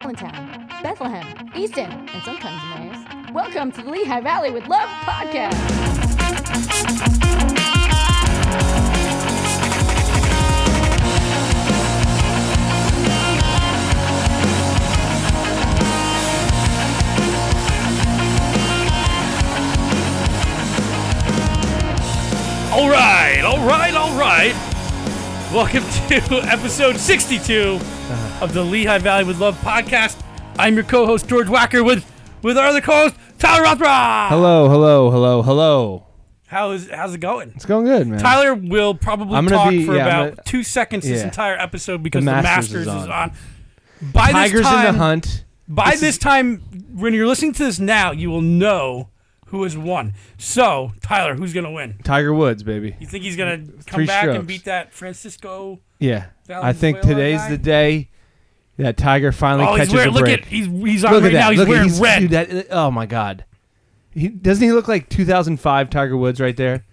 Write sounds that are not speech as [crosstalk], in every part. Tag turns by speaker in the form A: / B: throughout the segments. A: Allentown, Bethlehem, Easton, and sometimes Emmaus. Welcome to the Lehigh Valley with Love podcast.
B: All right, all right, all right. Welcome [laughs] to episode 62 of the Lehigh Valley with Love podcast. I'm your co-host George Wacker with with our other co-host Tyler Rothrock.
C: Hello, hello, hello, hello.
B: How is how's it going?
C: It's going good, man.
B: Tyler will probably
C: I'm gonna
B: talk
C: be-
B: for
C: yeah, I'm
B: about
C: gonna-
B: two seconds this
C: yeah.
B: entire episode because the Masters,
C: Masters
B: is,
C: is
B: on.
C: on.
B: By
C: Tigers
B: this time,
C: in the hunt.
B: by this time, when you're listening to this now, you will know who has won. So, Tyler, who's gonna win?
C: Tiger Woods, baby.
B: You think he's gonna come
C: Three
B: back and
C: strokes.
B: beat that Francisco?
C: Yeah. I
B: Valenzuela
C: think today's
B: guy?
C: the day that Tiger finally
B: Oh,
C: catches
B: he's wearing.
C: a
B: Look
C: break.
B: at he's he's on right
C: that.
B: now. He's
C: look
B: wearing
C: at, he's,
B: red. [laughs]
C: Dude, that, oh my god. He, doesn't he look like 2005 Tiger Woods right there?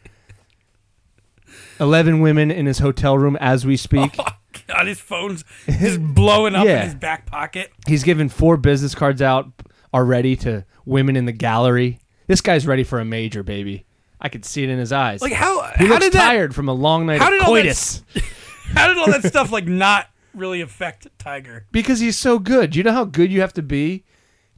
C: 11 women in his hotel room as we
B: [laughs]
C: speak.
B: Oh God, his phone's just blowing up
C: Yeah.
B: in his back pocket.
C: He's given four business cards out already to women in the gallery. This guy's ready for a major, baby. I could see it in his eyes.
B: Like how
C: he
B: how
C: looks
B: did that
C: tired from a long night
B: how
C: of
B: did all that
C: coitus.
B: how did all
C: [laughs]
B: that stuff like not really affect Tiger?
C: because he's so good. You know how good you have to be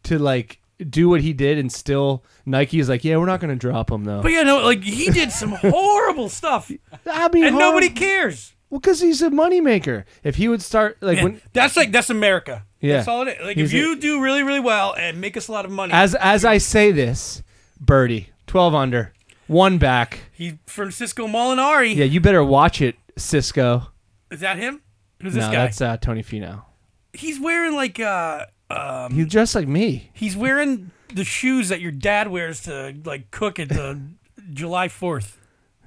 C: to like do what he did, and still Nike is like, yeah, we're not gonna drop him though.
B: But yeah, no, like he did some
C: [laughs]
B: horrible stuff, and
C: I mean, hard-
B: nobody cares.
C: Well, because he's a moneymaker. If he would start like
B: Man,
C: when
B: that's like that's America.
C: Yeah.
B: that's all it is. Like if
C: He's a-
B: you do really really well and make us a lot of money,
C: as as I say this, birdie twelve under, one back.
B: he Francisco Molinari.
C: Yeah, you better watch it, Cisco.
B: Is that him? Who's this
C: no,
B: guy?
C: that's uh, Tony Fino.
B: He's wearing like uh um
C: He's dressed like me.
B: He's wearing the shoes that your dad wears to like cook at the July Fourth.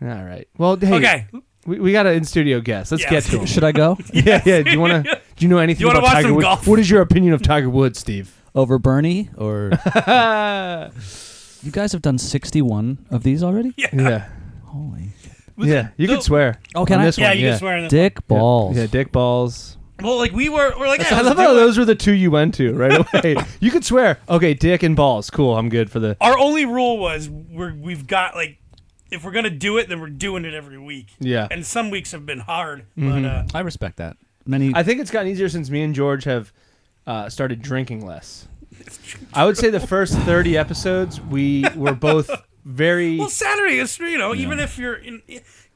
C: All right. Well, hey,
B: Okay,
C: we, we got an in studio guest. Let's
B: Yeah.
C: get to him.
D: Should I go
C: yeah, yeah. Do you want to? Do you know anything
B: wanna
C: about
B: watch
C: Tiger
B: some
C: Woods?
B: golf?
C: What is your opinion of Tiger Woods, Steve?
D: over Bernie or
C: yeah.
D: you guys have done 61 of these already?
B: Uh,
C: Yeah.
D: Holy.
C: You
B: the-
C: can swear.
D: Oh, can
C: on
D: I?
C: This
B: yeah,
C: one,
B: you
C: yeah.
B: just wearing this.
D: Dick balls.
C: Yeah, dick balls.
B: Well, like we were, we're like, yeah,
C: I
B: let's
C: love
B: do
C: how
B: it.
C: those were the two you went to right
B: [laughs]
C: away. you could swear. Okay, dick and balls. Cool. I'm good for the.
B: Our only rule was we're we've got like, if we're gonna do it, then we're doing it every week.
C: Yeah. Mm-hmm.
B: And some weeks have been hard, but uh,
D: I respect that. Many.
C: I think it's gotten easier since me and George have uh, started drinking less. I would say the first 30 episodes we were both very.
B: well, Saturday is you know even if you're in.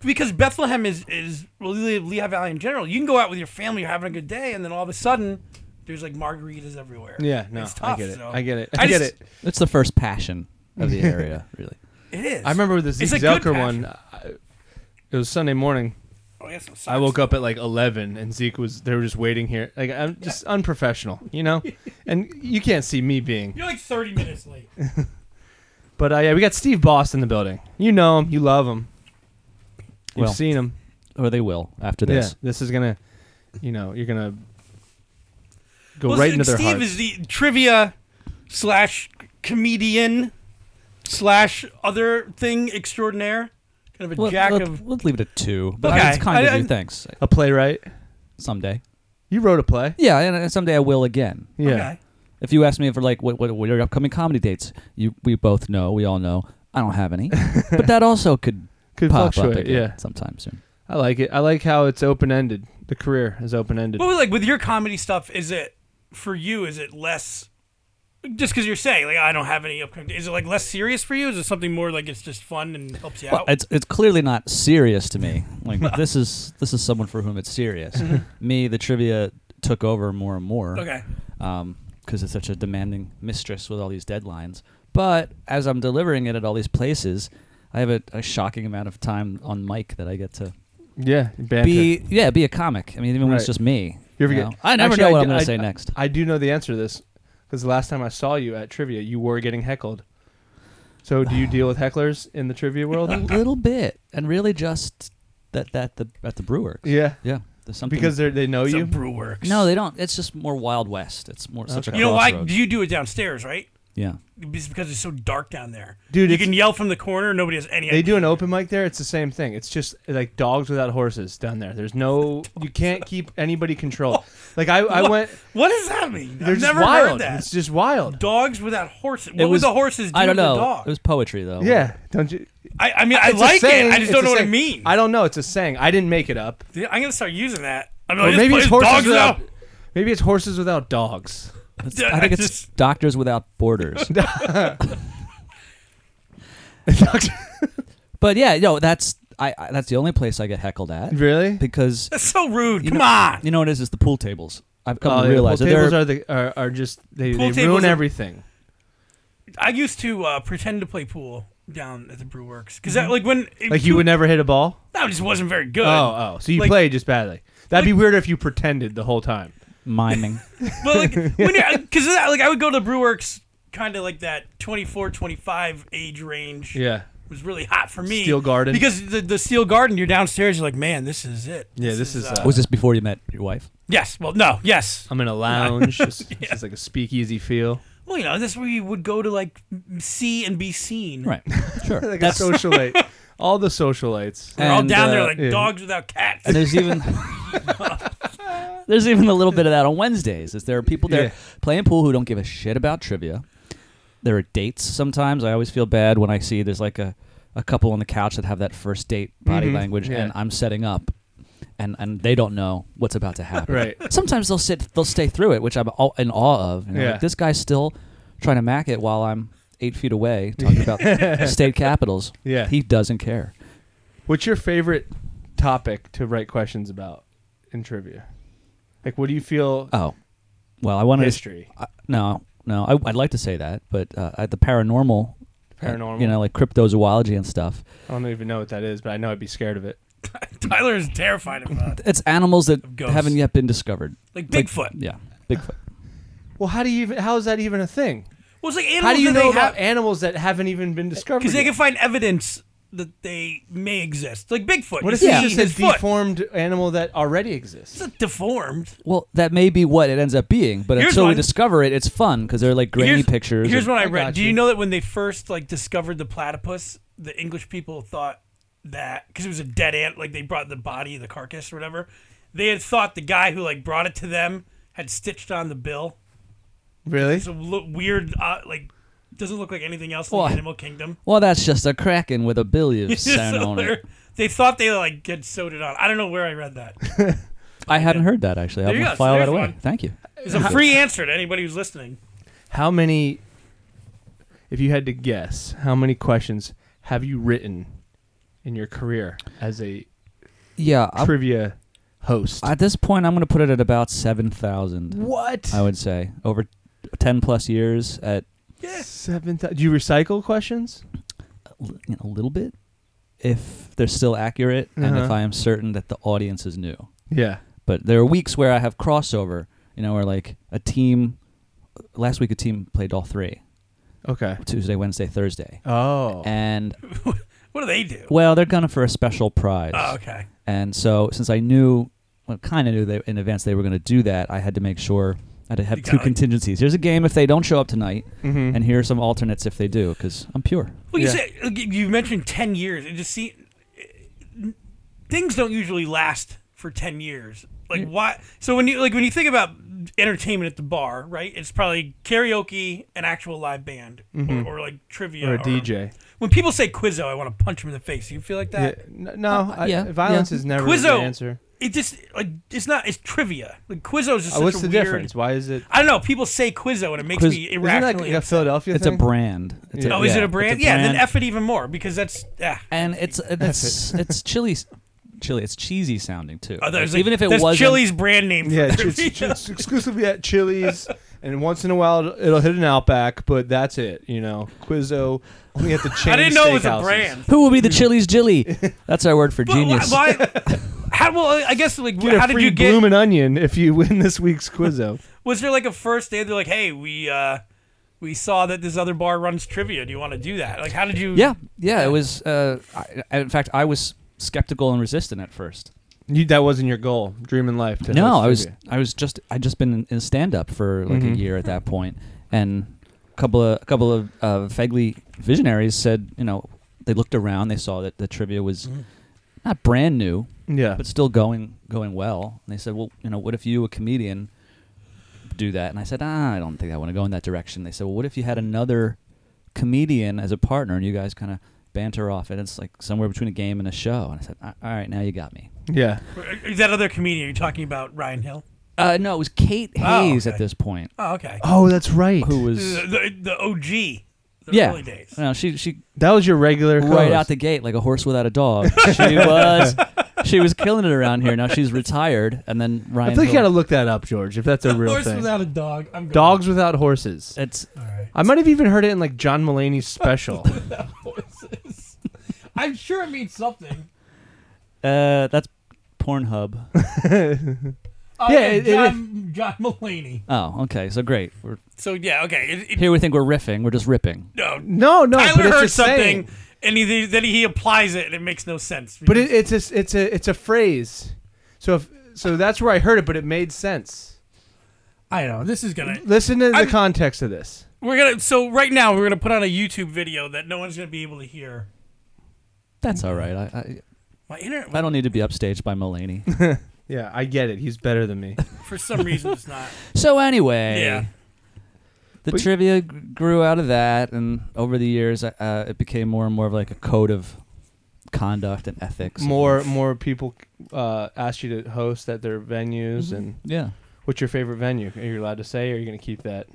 B: Because Bethlehem is is well, Le- Lehigh Valley in general. You can go out with your family, you're having a good day, and then all of a sudden, there's like margaritas everywhere.
C: Yeah, no,
B: it's tough,
C: I get it.
B: so-
C: I get it.
B: I
C: I, get
B: just-
C: it.
D: it's the first passion of the area, really.
B: It is.
C: I remember the
B: a
C: Zeke
B: good
C: Zelker
B: passion.
C: one. I, it was Sunday morning.
B: Oh, yeah, some
C: I woke up at like 11 and Zeke was they were just waiting here. Like I'm just unprofessional,
B: [laughs]
C: you know? And you can't see me being.
B: You're like 30 minutes late.
C: But uh, yeah, we got Steve Boss in the building. You know him, you love him. You've
D: Well,
C: seen him.
D: Or they will after this.
C: Yeah. This is going to you know, you're going to go
B: Well,
C: right into their
B: Steve
C: heart.
B: is the trivia slash comedian slash other thing extraordinaire. Kind of a
D: We'll,
B: jack
D: we'll,
B: of.
D: we'll leave it at two, but
B: Okay.
D: it's kind
B: I-
D: of
B: I-
D: you. Thanks.
C: a playwright.
D: Someday.
C: You wrote a play?
D: Yeah, and uh, someday I will again.
C: Yeah.
B: Okay.
D: If you ask me for like what, what what are your upcoming comedy dates, you we both know, we all know, I don't have any. but that also could,
C: Could
D: pop up
C: fluctuate.
D: again
C: Yeah.
D: sometime soon.
C: I like it. I like how it's open-ended. The career is open-ended.
B: Well, like with your comedy stuff, is it for you? Is it less? Just because you're saying like I don't have any upcoming. Is it like less serious for you? Is it something more like it's just fun and helps you
D: Well,
B: out?
D: it's it's clearly not serious to me.
C: [laughs]
D: Like this is this is someone for whom it's serious. me, the trivia took over more and more.
B: okay.
D: because it's such a demanding mistress with all these deadlines. But as I'm delivering it at all these places, I have a, a shocking amount of time on mic that I get to
C: yeah, banter.
D: be yeah be a comic. I mean, even when it's
C: Right.
D: just me.
C: You ever
D: know?
C: get?
D: I never
C: Actually,
D: know what
C: d-
D: I'm going
C: I-
D: to
C: [laughs]
D: say next.
C: I do know the answer to this because the last time I saw you at trivia, you were getting heckled. So, do you deal with hecklers in the trivia
B: [laughs]
D: A
C: world?
D: little bit, and really just that that the at the brewer.
C: yeah,
D: Yeah, there's something
C: because they they know
B: It's a
C: you.
B: brew works.
D: no, they don't. It's just more Wild West. It's more such a
B: You know why?
D: crossroads.
B: You do it downstairs, right?
D: Yeah.
B: It's because it's so dark down there.
C: Dude,
B: you
C: it's-
B: can yell from the corner. Nobody has any.
C: They do an open mic there. It's the same thing. It's just like dogs without horses down there.
B: [laughs]
C: There's no, you can't keep anybody controlled. Like I, I
B: What-
C: went.
B: What does that mean?
C: They're
B: I've
C: just
B: never
C: wild.
B: heard that.
C: It's just wild.
B: dogs without horses. What
D: It
B: would the horses do
D: I don't
B: to
D: know.
B: the dog?
D: It was poetry though.
C: Yeah, don't you?
B: I, I mean, I
C: It's a
B: like
C: saying.
B: it. I just
C: It's
B: don't
C: a
B: know what it
C: saying.
B: means.
C: I don't know. It's a saying. I didn't make it up.
B: Dude, I'm gonna start using that. I mean,
C: Or
B: I just
C: maybe
B: play
C: it's horses
B: dogs
C: without.
B: [laughs] without-
C: Maybe it's horses without dogs.
D: It's-
B: Yeah,
D: I
B: [laughs]
D: think
B: I
D: it's
B: just-
D: Doctors Without
C: [laughs]
D: Borders. but yeah, no, that's I, I that's the only place I get heckled at
C: really?
D: because
B: That's so rude.
D: you
B: Come
D: know,
B: on.
D: You know what it is? It's the pool tables. I've come
C: Oh,
D: to
C: yeah,
D: realize
C: pool
D: that there
C: tables
D: are,
C: are, the, are are just they,
B: Pool
C: they
B: tables
C: ruin
B: are-
C: everything.
B: I used to uh, pretend to play pool down at the Brew Works because that like when it- [laughs]
C: Mm-hmm. Like you would never hit a ball.
B: that just wasn't very good.
C: Oh, oh, so you
B: Like-
C: played just badly. That'd be weirder if you pretended the whole time.
D: miming.
C: [laughs]
B: But like when you're because that like I would go to Brew Works kind of like that 24, 25 age range.
C: Yeah,
B: was really hot for me.
C: Steel Garden.
B: Because the, the Steel Garden, you're downstairs, you're like, man, this is it.
C: Yeah, this is, uh,
D: Was this before you met your wife?
B: yes. Well, no, yes.
C: I'm in [laughs] a lounge. just, it's just like a speakeasy feel.
B: Well, you know, this is where you would go to like m- see and be seen.
C: [laughs]
D: Right. Sure.
C: Like
D: That's
C: a [laughs] socialite. All the socialites.
B: We're all
D: And,
B: down there
D: uh,
B: like
C: yeah.
B: dogs without cats.
D: and there's even [laughs] there's even a little bit of that on Wednesdays. Is there are people there
C: Yeah.
D: playing pool who don't give a shit about trivia. There are dates sometimes. I always feel bad when I see there's like a, a couple on the couch that have that first date body
C: Mhm,
D: language,
C: yeah.
D: and I'm setting up, and and they don't know what's about to happen.
C: Right.
D: Sometimes they'll sit, they'll stay through it, which I'm all in awe of. And I'm
C: Yeah.
D: like, this guy's still trying to mac it while I'm eight feet away talking
C: [laughs]
D: about state capitals.
C: Yeah.
D: He doesn't care.
C: What's your favorite topic to write questions about in trivia? Like, what do you feel?
D: Oh, well, I wanted to
C: history,
D: I- no, no. I, I'd like to say that, but uh, at the paranormal,
C: paranormal.
D: you know, like cryptozoology and stuff.
C: I don't even know what that is, but I know I'd be scared of it.
B: [laughs] Tyler is terrified
C: [laughs]
B: of uh, that.
D: It's animals that
B: Ghosts.
D: haven't yet been discovered.
B: Like Bigfoot.
D: Yeah, Bigfoot.
C: Well, how do you even? How is that even a thing?
B: Well, it's like animals
C: How do
B: that
C: you know
B: they
C: about
B: have
C: animals that haven't even been discovered?
B: because they
C: yet?
B: can find evidence that they may exist. Like Bigfoot.
C: what
B: you
C: if
B: see
C: it's just a
B: his foot.
C: deformed animal that already
B: It's
C: exists?
B: not deformed.
D: Well, that may be what it ends up being, but
B: Here's
D: until we
B: one.
D: discover it, it's fun because they're like grainy
B: here's,
D: pictures.
B: Here's
D: and-
B: what I
C: I
B: read.
C: got
B: Do you
C: you.
B: know that when they first like discovered the platypus, the English people thought that because it was a dead ant, like they brought the body, the carcass, or whatever. They had thought the guy who like brought it to them had stitched on the bill.
C: Really?
B: It's a lo- weird, uh, like doesn't look like anything else in
D: Well,
B: the animal
D: [laughs]
B: kingdom.
D: well, that's just a kraken with
B: [laughs]
D: a billiard
B: So
D: sign on
B: they're-
D: it.
B: they thought they like get sewed it on. I don't know where I read that.
D: I hadn't heard that actually.
B: There
D: I'm
B: you go.
D: gonna
B: So
D: file that
B: there's
D: away.
B: one.
D: Thank you.
B: It's
D: [laughs]
B: a free answer to anybody who's listening.
C: How many? If you had to guess, how many questions have you written in your career as a
D: Yeah. I'm-
C: trivia host?
D: at this point, I'm gonna put it at about seven thousand.
C: what?
D: I would say over ten plus years at
C: Seven. thou- Do you recycle questions?
D: l- you know, a little bit if they're still accurate and if
C: Uh-huh.
D: I am certain that the audience is new.
C: Yeah.
D: But there are weeks where I have crossover, you know, where like a team last week a team played all three
C: Okay.
D: Tuesday, Wednesday, Thursday.
C: Oh.
D: And
B: What do they do?
D: well, they're gunning for a special prize.
B: Oh, okay.
D: And so since I knew, well, kind of knew they, in advance they were going to do that, I had to make sure I had to have
B: You
D: two
B: gotta-
D: contingencies. Here's a game if they don't show up tonight,
C: Mhm.
D: and here are some alternates if they do, because I'm pure.
B: Well, you
C: Yeah.
B: said like, you mentioned ten years. It just see things don't usually last for ten years. Like
C: Mm.
B: why? So when you like when you think about entertainment at the bar, right? It's probably karaoke, an actual live band, or, or like trivia,
C: Mm-hmm. or a DJ.
B: When people say Quizzo, I want to punch them in the face. You feel like
C: Yeah,
B: that?
C: n- no, I,
D: Uh, yeah,
C: violence
D: yeah.
C: is never
B: Quizzo.
C: the answer.
B: It just like it's not. It's trivia. Like Quizzo is just
C: Uh,
B: such
C: what's
B: a
C: the
B: weird.
C: difference? Why is it?
B: I don't know. People say Quizzo, and it makes
D: Quiz-
B: me
C: Isn't that
B: irrationally.
C: like a Philadelphia
D: It's a
C: thing?
D: brand. It's
C: Yeah.
B: oh, is it
D: yeah,
B: a
D: it's
B: brand? yeah,
D: brand.
B: then f it even more because that's ah.
D: and it's it's it's chili, chili. It's cheesy sounding too.
B: Oh, there's,
D: Even
B: like-
D: if it
B: that's
D: was
B: Chili's brand name. For [laughs]
C: yeah, it's,
B: trivia.
C: it's- it's exclusively at Chili's, and once in a while it'll, it'll hit an Outback, but that's it. You know, Quizzo only at the
B: [laughs]
C: chain.
B: I didn't know it was a
C: steakhouses.
B: brand.
D: who will be
B: [laughs]
D: the Chili's Jilly? That's our word for genius.
B: Why, why- [laughs] how, well, I guess like
C: Get a
B: how did
C: free
B: you get?
C: bloomin' onion if you win this week's Quizzo?
B: [laughs] Was there like a first day? They're like, hey, we uh, we saw that this other bar runs trivia. Do you want to do that? Like, how did you?
D: Yeah, yeah. It was. Uh, I, I- in fact, I was skeptical and resistant at first.
C: you, that wasn't your goal, dreaming life. To
D: No,
C: host
D: I was.
C: trivia.
D: I was just. I just been in, in stand up for like a year at that point, and couple of a couple of uh, Fegley visionaries said, you know, they looked around, they saw that the trivia was not brand new,
C: Yeah.
D: but still going going well. And they said, well, you know, what if you, a comedian, do that? And I said, ah, I don't think I want to go in that direction. They said, well, what if you had another comedian as a partner and you guys kind of banter off it? It's like somewhere between a game and a show. And I said, all all right, now you got me.
C: yeah.
B: Is Uh, that other comedian you're talking about, Ryan Hill?
D: Uh, no, it was Kate
B: Oh,
D: Hayes
B: okay.
D: at this point,
B: Oh, okay.
C: Oh, that's right.
D: who
B: [laughs]
D: was
B: The, the, the OG, the
D: yeah,
B: early days.
D: no, she she
C: That was your regular
D: right
C: co-host.
D: out the gate like a horse without a dog.
B: [laughs]
D: She was she was killing it around here. Now she's retired, and then Ryan.
C: I feel like you
D: Hill-
C: gotta look that up, George,
B: [laughs]
C: if that's a real
B: Horse
C: thing.
B: without a dog. I'm going.
C: Dogs without horses.
B: [laughs]
D: it's
B: All right.
C: I might have even heard it in like John
B: [laughs]
C: Mulaney's special.
B: Horses. [laughs] I'm sure it means something.
D: uh that's Pornhub.
B: Oh,
C: Yeah,
B: yeah,
C: it- it-
B: John, John Mulaney.
D: Oh, okay, so great. We're,
B: So yeah, okay. It, it,
D: here we think we're riffing. We're just ripping.
B: no,
C: no, no. but
B: Tyler
C: it's a
B: heard something,
C: saying.
B: and he, then he applies it, and it makes no sense.
C: But it, it's a, it's a it's a phrase. So if so that's where I heard it, but it made sense.
B: I know this is gonna.
C: Listen to the
B: I'm-
C: context of this.
B: We're gonna. So right now, we're gonna put on a YouTube video that no one's gonna be able to hear.
D: That's all right. I
B: My internet,
D: I, I don't need to be upstaged by Mulaney. [laughs]
C: Yeah, I get it. He's better than [laughs] me.
B: for some reason, it's
D: [laughs]
B: not.
D: so anyway,
B: Yeah.
D: the
C: But-
D: trivia g- grew out of that, and over the years, uh, it became more and more of like a code of conduct and ethics.
C: more more people uh, ask you to host at their venues and
D: Yeah.
C: what's your favorite venue? Are you allowed to say or are you gonna keep that?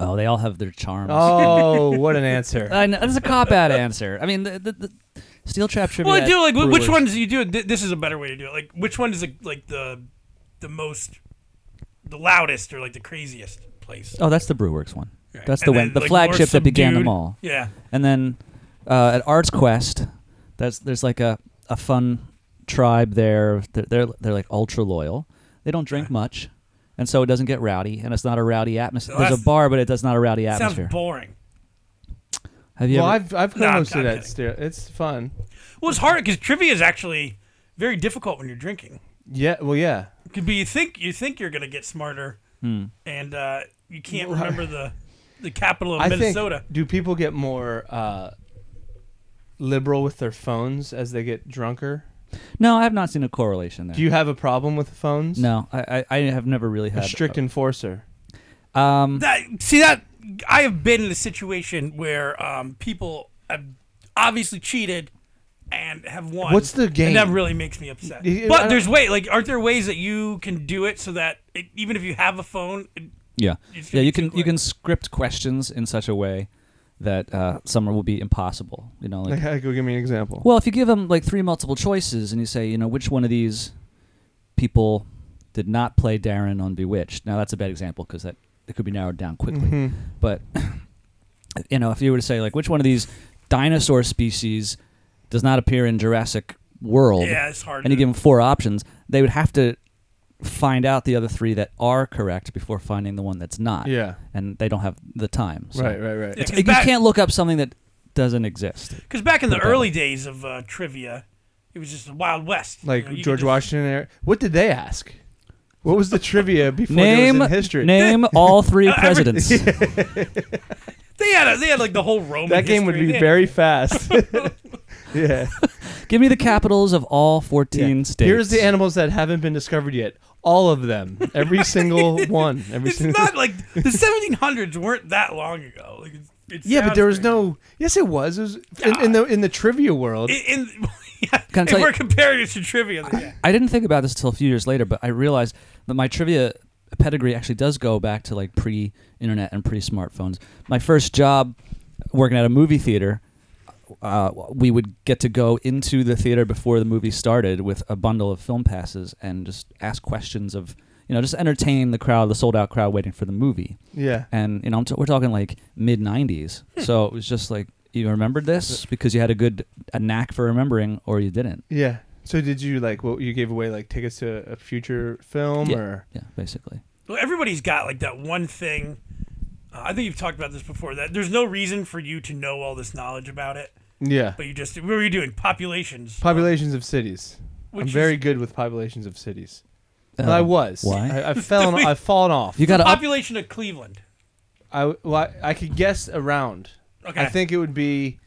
D: Oh, they all have their charms.
C: [laughs]
D: [laughs]
C: Oh, what an [laughs] answer.
D: I know, that's a cop out answer. I mean, the, the, the steel trap trivia.
B: Well, I do like wh- which
D: brewers-
B: ones do you do. Th- this is a better way to do it. Like which one is the, like the the most, the loudest or like the craziest place.
D: Oh, that's the Brewworks one.
B: Right.
D: That's the
B: And
D: one,
B: then,
D: the
B: like, more
D: flagship that began them
B: subdued-
D: all.
B: Yeah.
D: And then uh, at Arts Quest, that's there's like a, a fun tribe there. They're, they're they're like ultra loyal. They don't drink much, and so it doesn't get rowdy, and it's not a rowdy atmosphere.
B: Well,
D: There's
B: that's-
D: a bar, but it does not a rowdy
B: Sounds
D: atmosphere.
B: boring.
D: have you
C: Well,
D: ever?
C: I've I've
B: No, I'm-
C: co-hosted
B: I'm
C: at
B: kidding.
C: Stereo. It's fun.
B: Well, it's hard because trivia is actually very difficult when you're drinking.
C: Yeah. Well, yeah.
B: Could be you think you think you're gonna get smarter,
D: Hmm.
B: and uh, you can't remember the the capital of
C: I
B: Minnesota.
C: think. Do people get more uh, liberal with their phones as they get drunker?
D: no, I have not seen a correlation there.
C: Do you have a problem with phones?
D: no, I, I I have never really
C: A
D: had
C: strict enforcer. Hmm.
D: Um,
B: that see that I have been in a situation where um, people have obviously cheated and have won.
C: What's the game?
B: And that really makes me upset.
C: Y- y- I
B: But
C: don't-
B: there's way like aren't there ways that you can do it so that it, even if you have a phone, it,
D: Yeah,
B: It's
D: yeah.
B: gonna be too
D: You can you
B: quick.
D: can script questions in such a way that uh, some will be impossible. You know, like
C: go give me an example.
D: well, if you give them like three multiple choices and you say, you know, which one of these people did not play Darren on Bewitched? Now that's a bad example because that it could be narrowed down quickly.
C: Mm-hmm.
D: But [coughs] you know, if you were to say like which one of these dinosaur species does not appear in Jurassic World,
B: yeah, it's hard.
D: and
B: to,
D: you give them four options, they would have to find out the other three that are correct before finding the one that's not
C: yeah.
D: and they don't have the time. So.
C: Right. Right. Right.
B: Yeah.
D: It's,
B: Because
D: you
B: back-
D: can't look up something that doesn't exist.
B: because back in the
D: Put it that way.
B: early days of uh, trivia, it was just the Wild West. you
C: Like
B: know, you could
C: George
B: just-
C: Washington. era- What did they ask? What was the
D: [laughs]
C: trivia before
D: Name
C: there was in history? [laughs]
D: Name all three presidents.
B: They had a, they had like the whole Roman.
C: that game would
B: history.
C: be
B: They had- [laughs]
C: very fast. [laughs] yeah.
D: Give me the capitals of all fourteen states.
C: Here's the animals that haven't been discovered yet. All of them. Every
D: [laughs]
C: single one. Every
B: It's
C: single.
B: not like the 1700s weren't that long ago. Like it's, it
C: [laughs] yeah, but
B: sounds
C: there was
B: crazy.
C: no. Yes, it was. It was in, in the in the trivia world.
B: In, in, [laughs] yeah,
D: Can I
B: if
D: tell you-
B: we're comparing it to trivia, then yeah.
D: I didn't think about this until a few years later, but I realized that my trivia pedigree actually does go back to like pre-internet and pre-smartphones. My first job working at a movie theater, uh, we would get to go into the theater before the movie started with a bundle of film passes and just ask questions of, you know, just entertain the crowd, the sold-out crowd waiting for the movie.
C: yeah.
D: And you know, I'm t- we're talking like mid '90s, so it was just like you remembered this because you had a good a knack for remembering, or you didn't.
C: Yeah. So did you like what you gave away like tickets to a future film
D: Yeah.
C: or
D: Yeah, basically.
B: Well, everybody's got like that one thing. Uh, I think you've talked about this before. That there's no reason for you to know all this knowledge about it,
C: yeah
B: but you just what were you doing? Populations.
C: populations of cities?
B: Which
C: I'm
B: is-
C: very good with populations of cities.
D: Uh,
C: I was.
D: why?
B: [laughs]
C: I, I fell. I've fallen off.
D: You got to up.
B: population of Cleveland.
C: I w- well, I, I could guess around.
B: Okay.
C: I think it would be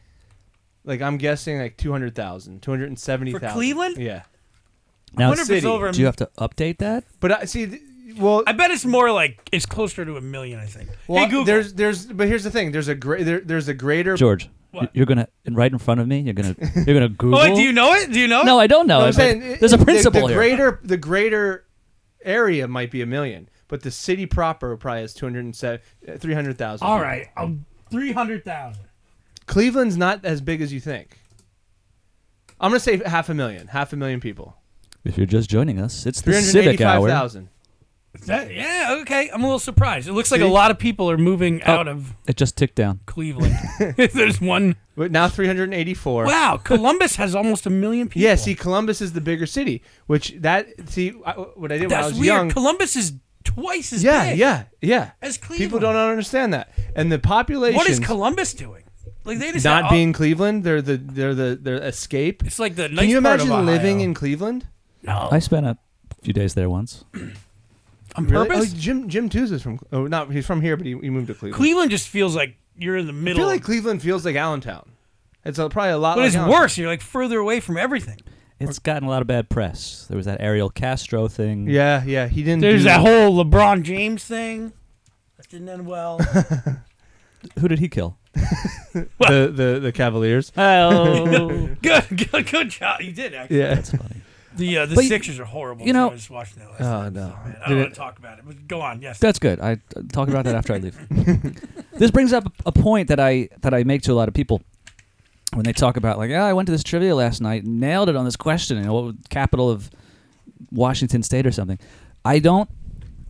C: like I'm guessing like 200,000, 270,000.
B: For Cleveland?
C: Yeah.
B: I
D: Now,
B: wonder if it's
C: City.
B: over. a
D: do you have to update that?
C: But I see th- well
B: I bet it's more like it's closer to a million. I think.
C: well,
B: hey Google.
C: there's there's but here's the thing, there's a great there, there's a greater
D: George,
B: What?
D: you're gonna right in front of me. You're gonna you're gonna Google.
B: oh, wait, do you know it? Do you know?
D: No,
B: it?
D: I don't know.
C: No, I'm
D: it, but
C: saying it-
D: there's a
C: the-
D: principle
C: the,
D: here.
C: greater the greater area might be a million, but the city proper probably has 207 uh, 300,000.
B: All
C: people.
B: right, um, three hundred thousand.
C: Cleveland's not as big as you think. I'm going to say half a million, half a million people.
D: If you're just joining us, it's the civic hour.
C: 385,000.
B: That, yeah, okay. I'm a little surprised. It looks like
C: See? Oh.
B: a lot of people are moving out of
D: It just ticked down.
B: Cleveland.
C: [laughs]
B: [laughs] There's one.
C: But now 384.
B: Wow, Columbus has almost a million people.
C: Yeah, see, Columbus is the bigger city, which that see I, what I did when I
B: that's
C: was
B: weird.
C: young.
B: Columbus is twice as
C: yeah,
B: big
C: yeah, yeah.
B: as Cleveland.
C: People don't understand that, and the population
B: What is Columbus doing? Like they just
C: not
B: oh,
C: being Cleveland. They're the they're the their escape.
B: It's like the nice
C: Can you
B: part of
C: imagine living
B: Ohio.
C: in Cleveland?
B: no
D: I spent a few days there once.
B: on
C: Really?
B: purpose?
C: Oh, Jim Jim Tooze is from. Oh, not he's from here, but he, he moved to Cleveland.
B: Cleveland just feels like you're in the
C: I
B: middle.
C: feel like
B: of-
C: Cleveland feels like Allentown. It's a, probably a lot.
B: but
C: like
B: it's
C: Allentown.
B: worse. You're like further away from everything.
D: It's gotten a lot of bad press. There was that Ariel Castro thing.
C: Yeah, yeah. He didn't.
B: There's
C: do-
B: that whole LeBron James thing. That didn't end
C: [laughs]
B: well.
D: Who did he kill?
C: the, the the Cavaliers.
D: Oh,
B: good, good, good job. You did actually.
C: Yeah.
D: [laughs] that's funny.
B: The uh, the
D: But you-
B: Sixers are horrible. too.
D: you know-
B: I was watching that last night.
C: Oh no.
B: Man, I
C: Did
B: don't
C: it-
B: want to talk about it. But go on. Yes.
D: That's good. I I'll talk about that after I leave. this brings up a point that I that I make to a lot of people when they talk about like, oh, I went to this trivia last night, nailed it on this question, you know, what was the capital of Washington State or something. I don't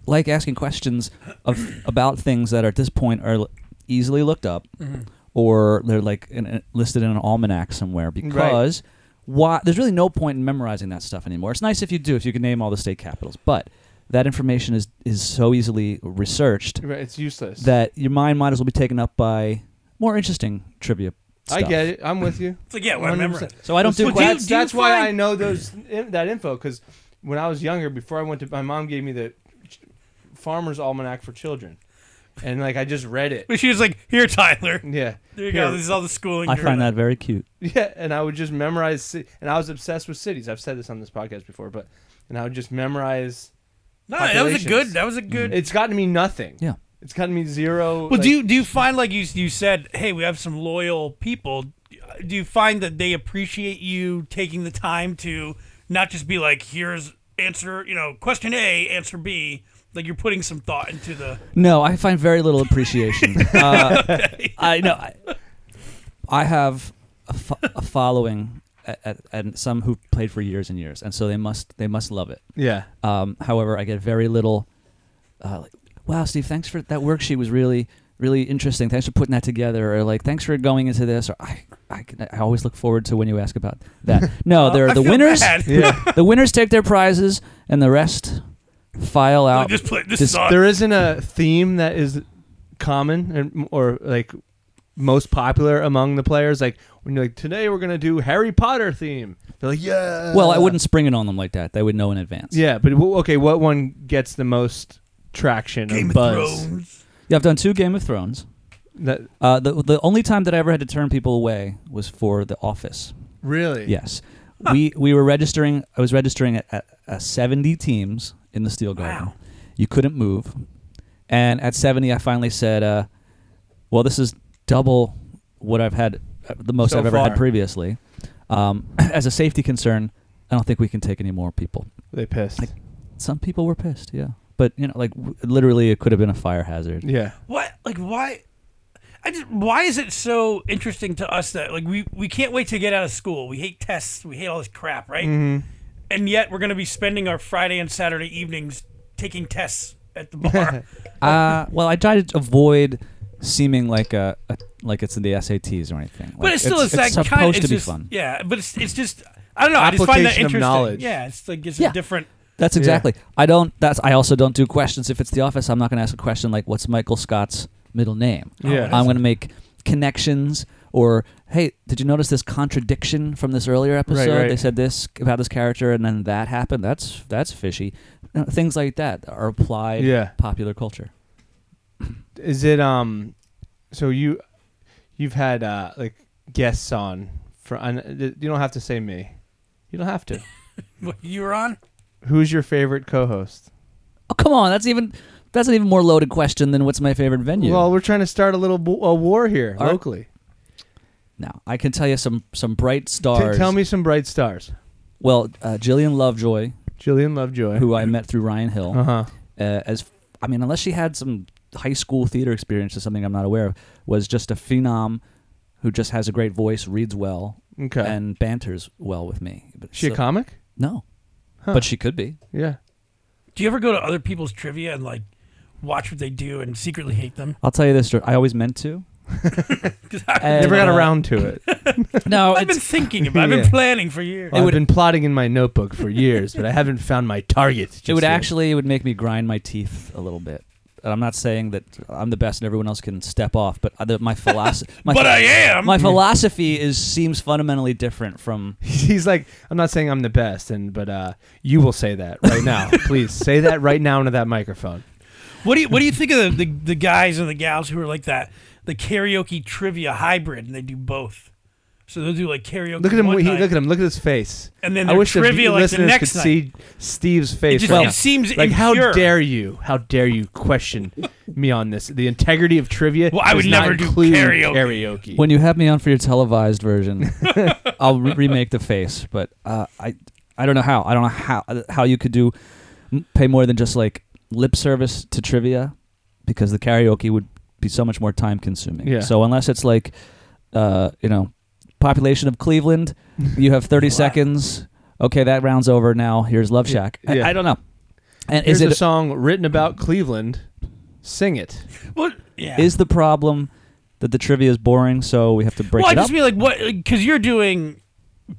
D: like asking questions of about things that are at this point are l- easily looked up or they're like in, in- listed in an almanac somewhere because why there's really no point in memorizing that stuff anymore. It's nice if you do if you can name all the state capitals, but that information is is so easily researched
C: Right, It's useless.
D: that your mind might as well be taken up by more interesting trivia. Stuff.
C: I get it. I'm with you.
B: So yeah, well, I remember.
C: 100%.
D: So I don't do
B: Would you-
D: quite.
C: that's,
B: do you
C: that's why I
B: find-
C: know those that info because when I was younger, before I went to my mom gave me the ch- Farmer's Almanac for Children, and like I just read it.
B: But she was like, "Here,
D: [laughs]
B: Tyler.
C: Yeah,
B: There you
C: Here.
B: go. This is all the schooling."
D: I
B: you're
D: find
B: in."
D: that very cute.
C: yeah, and I would just memorize. ci- And I was obsessed with cities. I've said this on this podcast before, but and I would just memorize.
B: No, that was a good.
C: populations.
B: That was a good.
C: It's gotten me nothing.
D: Yeah.
C: it's gotten me zero.
B: well,
C: like-
B: do you do you find like you you said, "Hey, we have some loyal people." Do you find that they appreciate you taking the time to not just be like, "Here's answer," you know, question A, answer B. Like you're putting some thought into the.
D: No, I find very
C: [laughs]
D: little appreciation. uh, I know. I, I have a, fo- a following, at, at, and some who played for years and years, and so they must they must love it.
C: Yeah,
D: Um, however, I get very little. Uh, like, wow, Steve, thanks for that worksheet. Was really really interesting. Thanks for putting that together, or like thanks for going into this. Or I I, can- I always look forward to when you ask about
B: [laughs]
D: that. No, they're
B: I
D: the
B: feel [laughs]
D: winners.
B: bad.
C: yeah.
D: [laughs] The winners take their prizes, and the rest file
B: Like,
D: out.
B: just play this
D: Just-
B: song.
C: there isn't a theme that is common and or like most popular among the players. Like when you're like, today we're gonna do Harry Potter theme. They're like, yeah.
D: Well, I wouldn't spring it on them like that. They would know in advance.
C: Yeah, but w- okay, what one gets the most traction
B: Game
C: or
B: of
C: buzz?
B: Thrones.
D: Yeah, I've done two Game of Thrones.
C: That,
D: Uh, the the only time that I ever had to turn people away was for The Office.
C: really?
D: Yes, we we were registering. I was registering at, at, uh, seventy teams in the Steel Garden.
B: Wow.
D: You couldn't move, and at seventy, I finally said, uh, "Well, this is double what I've had, uh, the most
C: So
D: I've ever had
C: far.
D: previously." Um, [clears throat] as a safety concern, I don't think we can take any more people.
C: They pissed.
D: Like- Some people were pissed, yeah, but you know, like w- literally, it could have been a fire hazard.
C: yeah.
B: What? Like why? I just why is it so interesting to us that like we we can't wait to get out of school. We hate tests. We hate all this crap, right? And yet we're gonna be spending our Friday and Saturday evenings taking tests at the bar.
D: Uh, well, I try to avoid seeming like a, a like it's in the SATs or anything. Like,
B: but it's still it's,
D: it's
B: that
D: supposed
B: kind. It's
D: to be
B: just,
D: fun.
B: Yeah, but it's it's just I don't know. I just find that
C: Application of
B: interesting.
C: knowledge.
B: Yeah, it's like it's
D: Yeah.
B: a different.
D: That's exactly. I don't. That's. I also don't do questions. If it's the office, I'm not going to ask a question like, "What's Michael Scott's middle name?"
B: oh,
C: Yeah.
D: I'm going to make connections or, "Hey, did you notice this contradiction from this earlier episode?
C: right.
D: They said this about this character, and then that happened. That's Uh, that's fishy." You know, things like that are applied
C: Yeah.
D: popular culture.
C: Is it um? So you, you've had uh like guests on for. On, you don't have to say me. You don't have to.
B: What, you were on?
C: Who's your favorite co-host?
D: Oh, come on. That's even that's an even more loaded question than what's my favorite venue.
C: Well, we're trying to start a little bo- a war here
D: All right.
C: locally.
D: now I can tell you some some bright
C: T-
D: stars.
C: tell me some bright stars.
D: Well, uh, Jillian Lovejoy,
C: Jillian Lovejoy.
D: who I met through Ryan Hill,
C: Uh huh.
D: uh, as I mean, unless she had some high school theater experience or something I'm not aware of, was just a phenom who just has a great voice, reads well,
C: Okay.
D: and banters well with me. But
C: she
D: so-
C: a comic?
D: No,
C: Huh.
D: but she could be.
C: Yeah.
B: Do you ever go to other people's trivia and like watch what they do and secretly hate them? [laughs]
D: I'll tell you this story. I always meant to. And,
C: Never got
D: uh,
C: around to
D: [laughs]
C: it.
D: No,
B: I've been
D: it's,
B: thinking about. it. I've
C: Yeah.
B: been planning for years.
C: I've been plotting in my notebook for years, but I haven't found my target.
D: it
C: [laughs] just
D: would
C: yet.
D: actually it would make me grind my teeth a little bit. And I'm not saying that I'm the best and everyone else can step off, but the, my philosophy.
B: [laughs]
D: my
B: but
D: phi-
B: I am.
D: My philosophy is seems fundamentally different from
C: [laughs] He's like, I'm not saying I'm the best, and but uh, you will say that right
D: [laughs]
C: now. Please say that right now into that microphone.
B: What do you What do you think of the, the the guys and the gals who are like that? The karaoke trivia hybrid, and they do both. So they'll do like karaoke.
C: Look at him.
B: One
C: He,
B: night,
C: look at him. Look at his face.
B: And then
C: I
B: their
C: wish the
B: trivia like the
C: listeners
B: next
C: could
B: night.
C: see Steve's
B: It
C: face.
B: just
C: right
B: it
C: now.
B: seems
C: like, how
B: impure.
C: dare you? How dare you question me on this? The integrity of trivia.
B: Well, I
C: does
B: would
C: not
B: never do
C: include
B: karaoke.
C: karaoke.
D: when you have me on for your televised version. I'll re- remake the face, but uh, I I don't know how. I don't know how how you could do m- pay more than just like lip service to trivia because the karaoke would be so much more time consuming.
C: Yeah.
D: So unless it's like uh, you know, population of Cleveland, you have 30 seconds. Okay, that round's over now. Here's Love Shack. I-
C: Yeah.
D: I, don't know. And
C: Here's
D: is it
C: a song written about Cleveland? Sing it.
B: What? Yeah.
D: is the problem that the trivia is boring, so we have to break
B: well, I
D: it up?
B: just mean like what? Because you're doing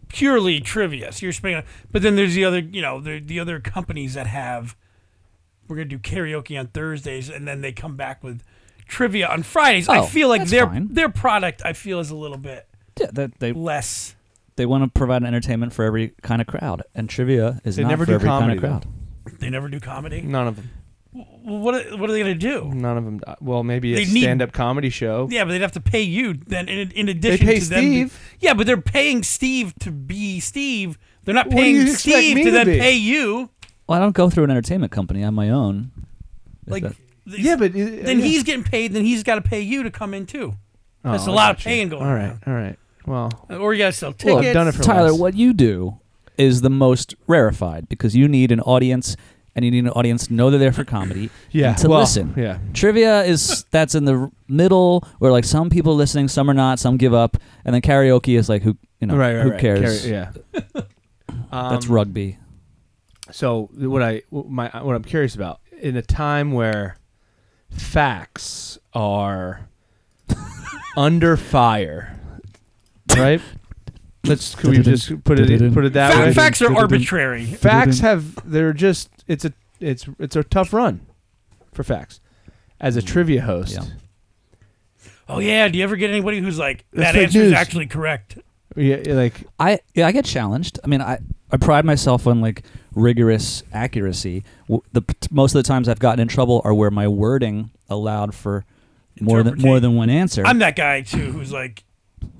B: purely trivia, so you're spending. But then there's the other, you know, the the other companies that have. We're gonna do karaoke on Thursdays, and then they come back with trivia on Fridays. I
D: Oh,
B: feel like
D: that's
B: their
D: fine.
B: their product, I feel, is a little bit
D: yeah, that they
B: less.
D: they want to provide entertainment for every kind of crowd, and trivia is
C: They
D: not
C: never
D: for
C: do
D: every
C: comedy,
D: kind of crowd.
B: They never do comedy.
C: None of them.
B: Well, what are- what are they gonna do?
C: None of them. Well, maybe
B: They
C: a
B: need-
C: stand-up comedy show.
B: Yeah, but they'd have to pay you then. In, in addition
C: pay
B: to them, to-
C: Steve.
B: yeah, but they're paying Steve to be Steve. They're not
C: What do you
B: paying
C: expect
B: Steve
C: me
B: to,
C: to
B: then
C: be?
B: pay you.
D: Well, I don't go through an entertainment company on my own. If
B: Like,
D: that-
B: th-
C: Yeah, but uh,
B: then
C: yeah.
B: he's getting paid. Then he's got to pay you to come in too.
C: Oh,
B: That's a
C: I
B: lot of
C: gotcha.
B: paying going
C: All right,
B: around.
C: all right. Well,
B: Or you got to sell tickets.
D: Well,
C: I've done it for
D: Tyler,
C: less.
D: what you do is the most rarefied because you need an audience, and you need an audience to know they're there
C: [coughs]
D: for comedy.
C: yeah.
D: and to
C: well,
D: listen.
C: Yeah.
D: Trivia is that's in the r- middle where like some people are listening, some are not, some give up, and then karaoke is like who you know
C: right, right,
D: who
C: right.
D: cares?
C: Carry- yeah.
D: [laughs]
C: um,
D: That's rugby.
C: So what I my what I'm curious about in a time where facts [laughs] are under fire, right? Let's could we just put it put it that
B: Fact-
C: way?
B: facts are arbitrary.
C: facts have they're just it's a it's it's a tough run for facts as a trivia host.
D: Yeah.
B: Oh yeah, do you ever get anybody who's like
C: That's
B: that
C: fake
B: answer is
C: news.
B: actually correct?
C: Yeah, like
D: I yeah, I get challenged. I mean, I I pride myself on like rigorous accuracy. W- the p- most of the times I've gotten in trouble are where my wording allowed for more than more than one answer.
B: I'm that guy too, who's like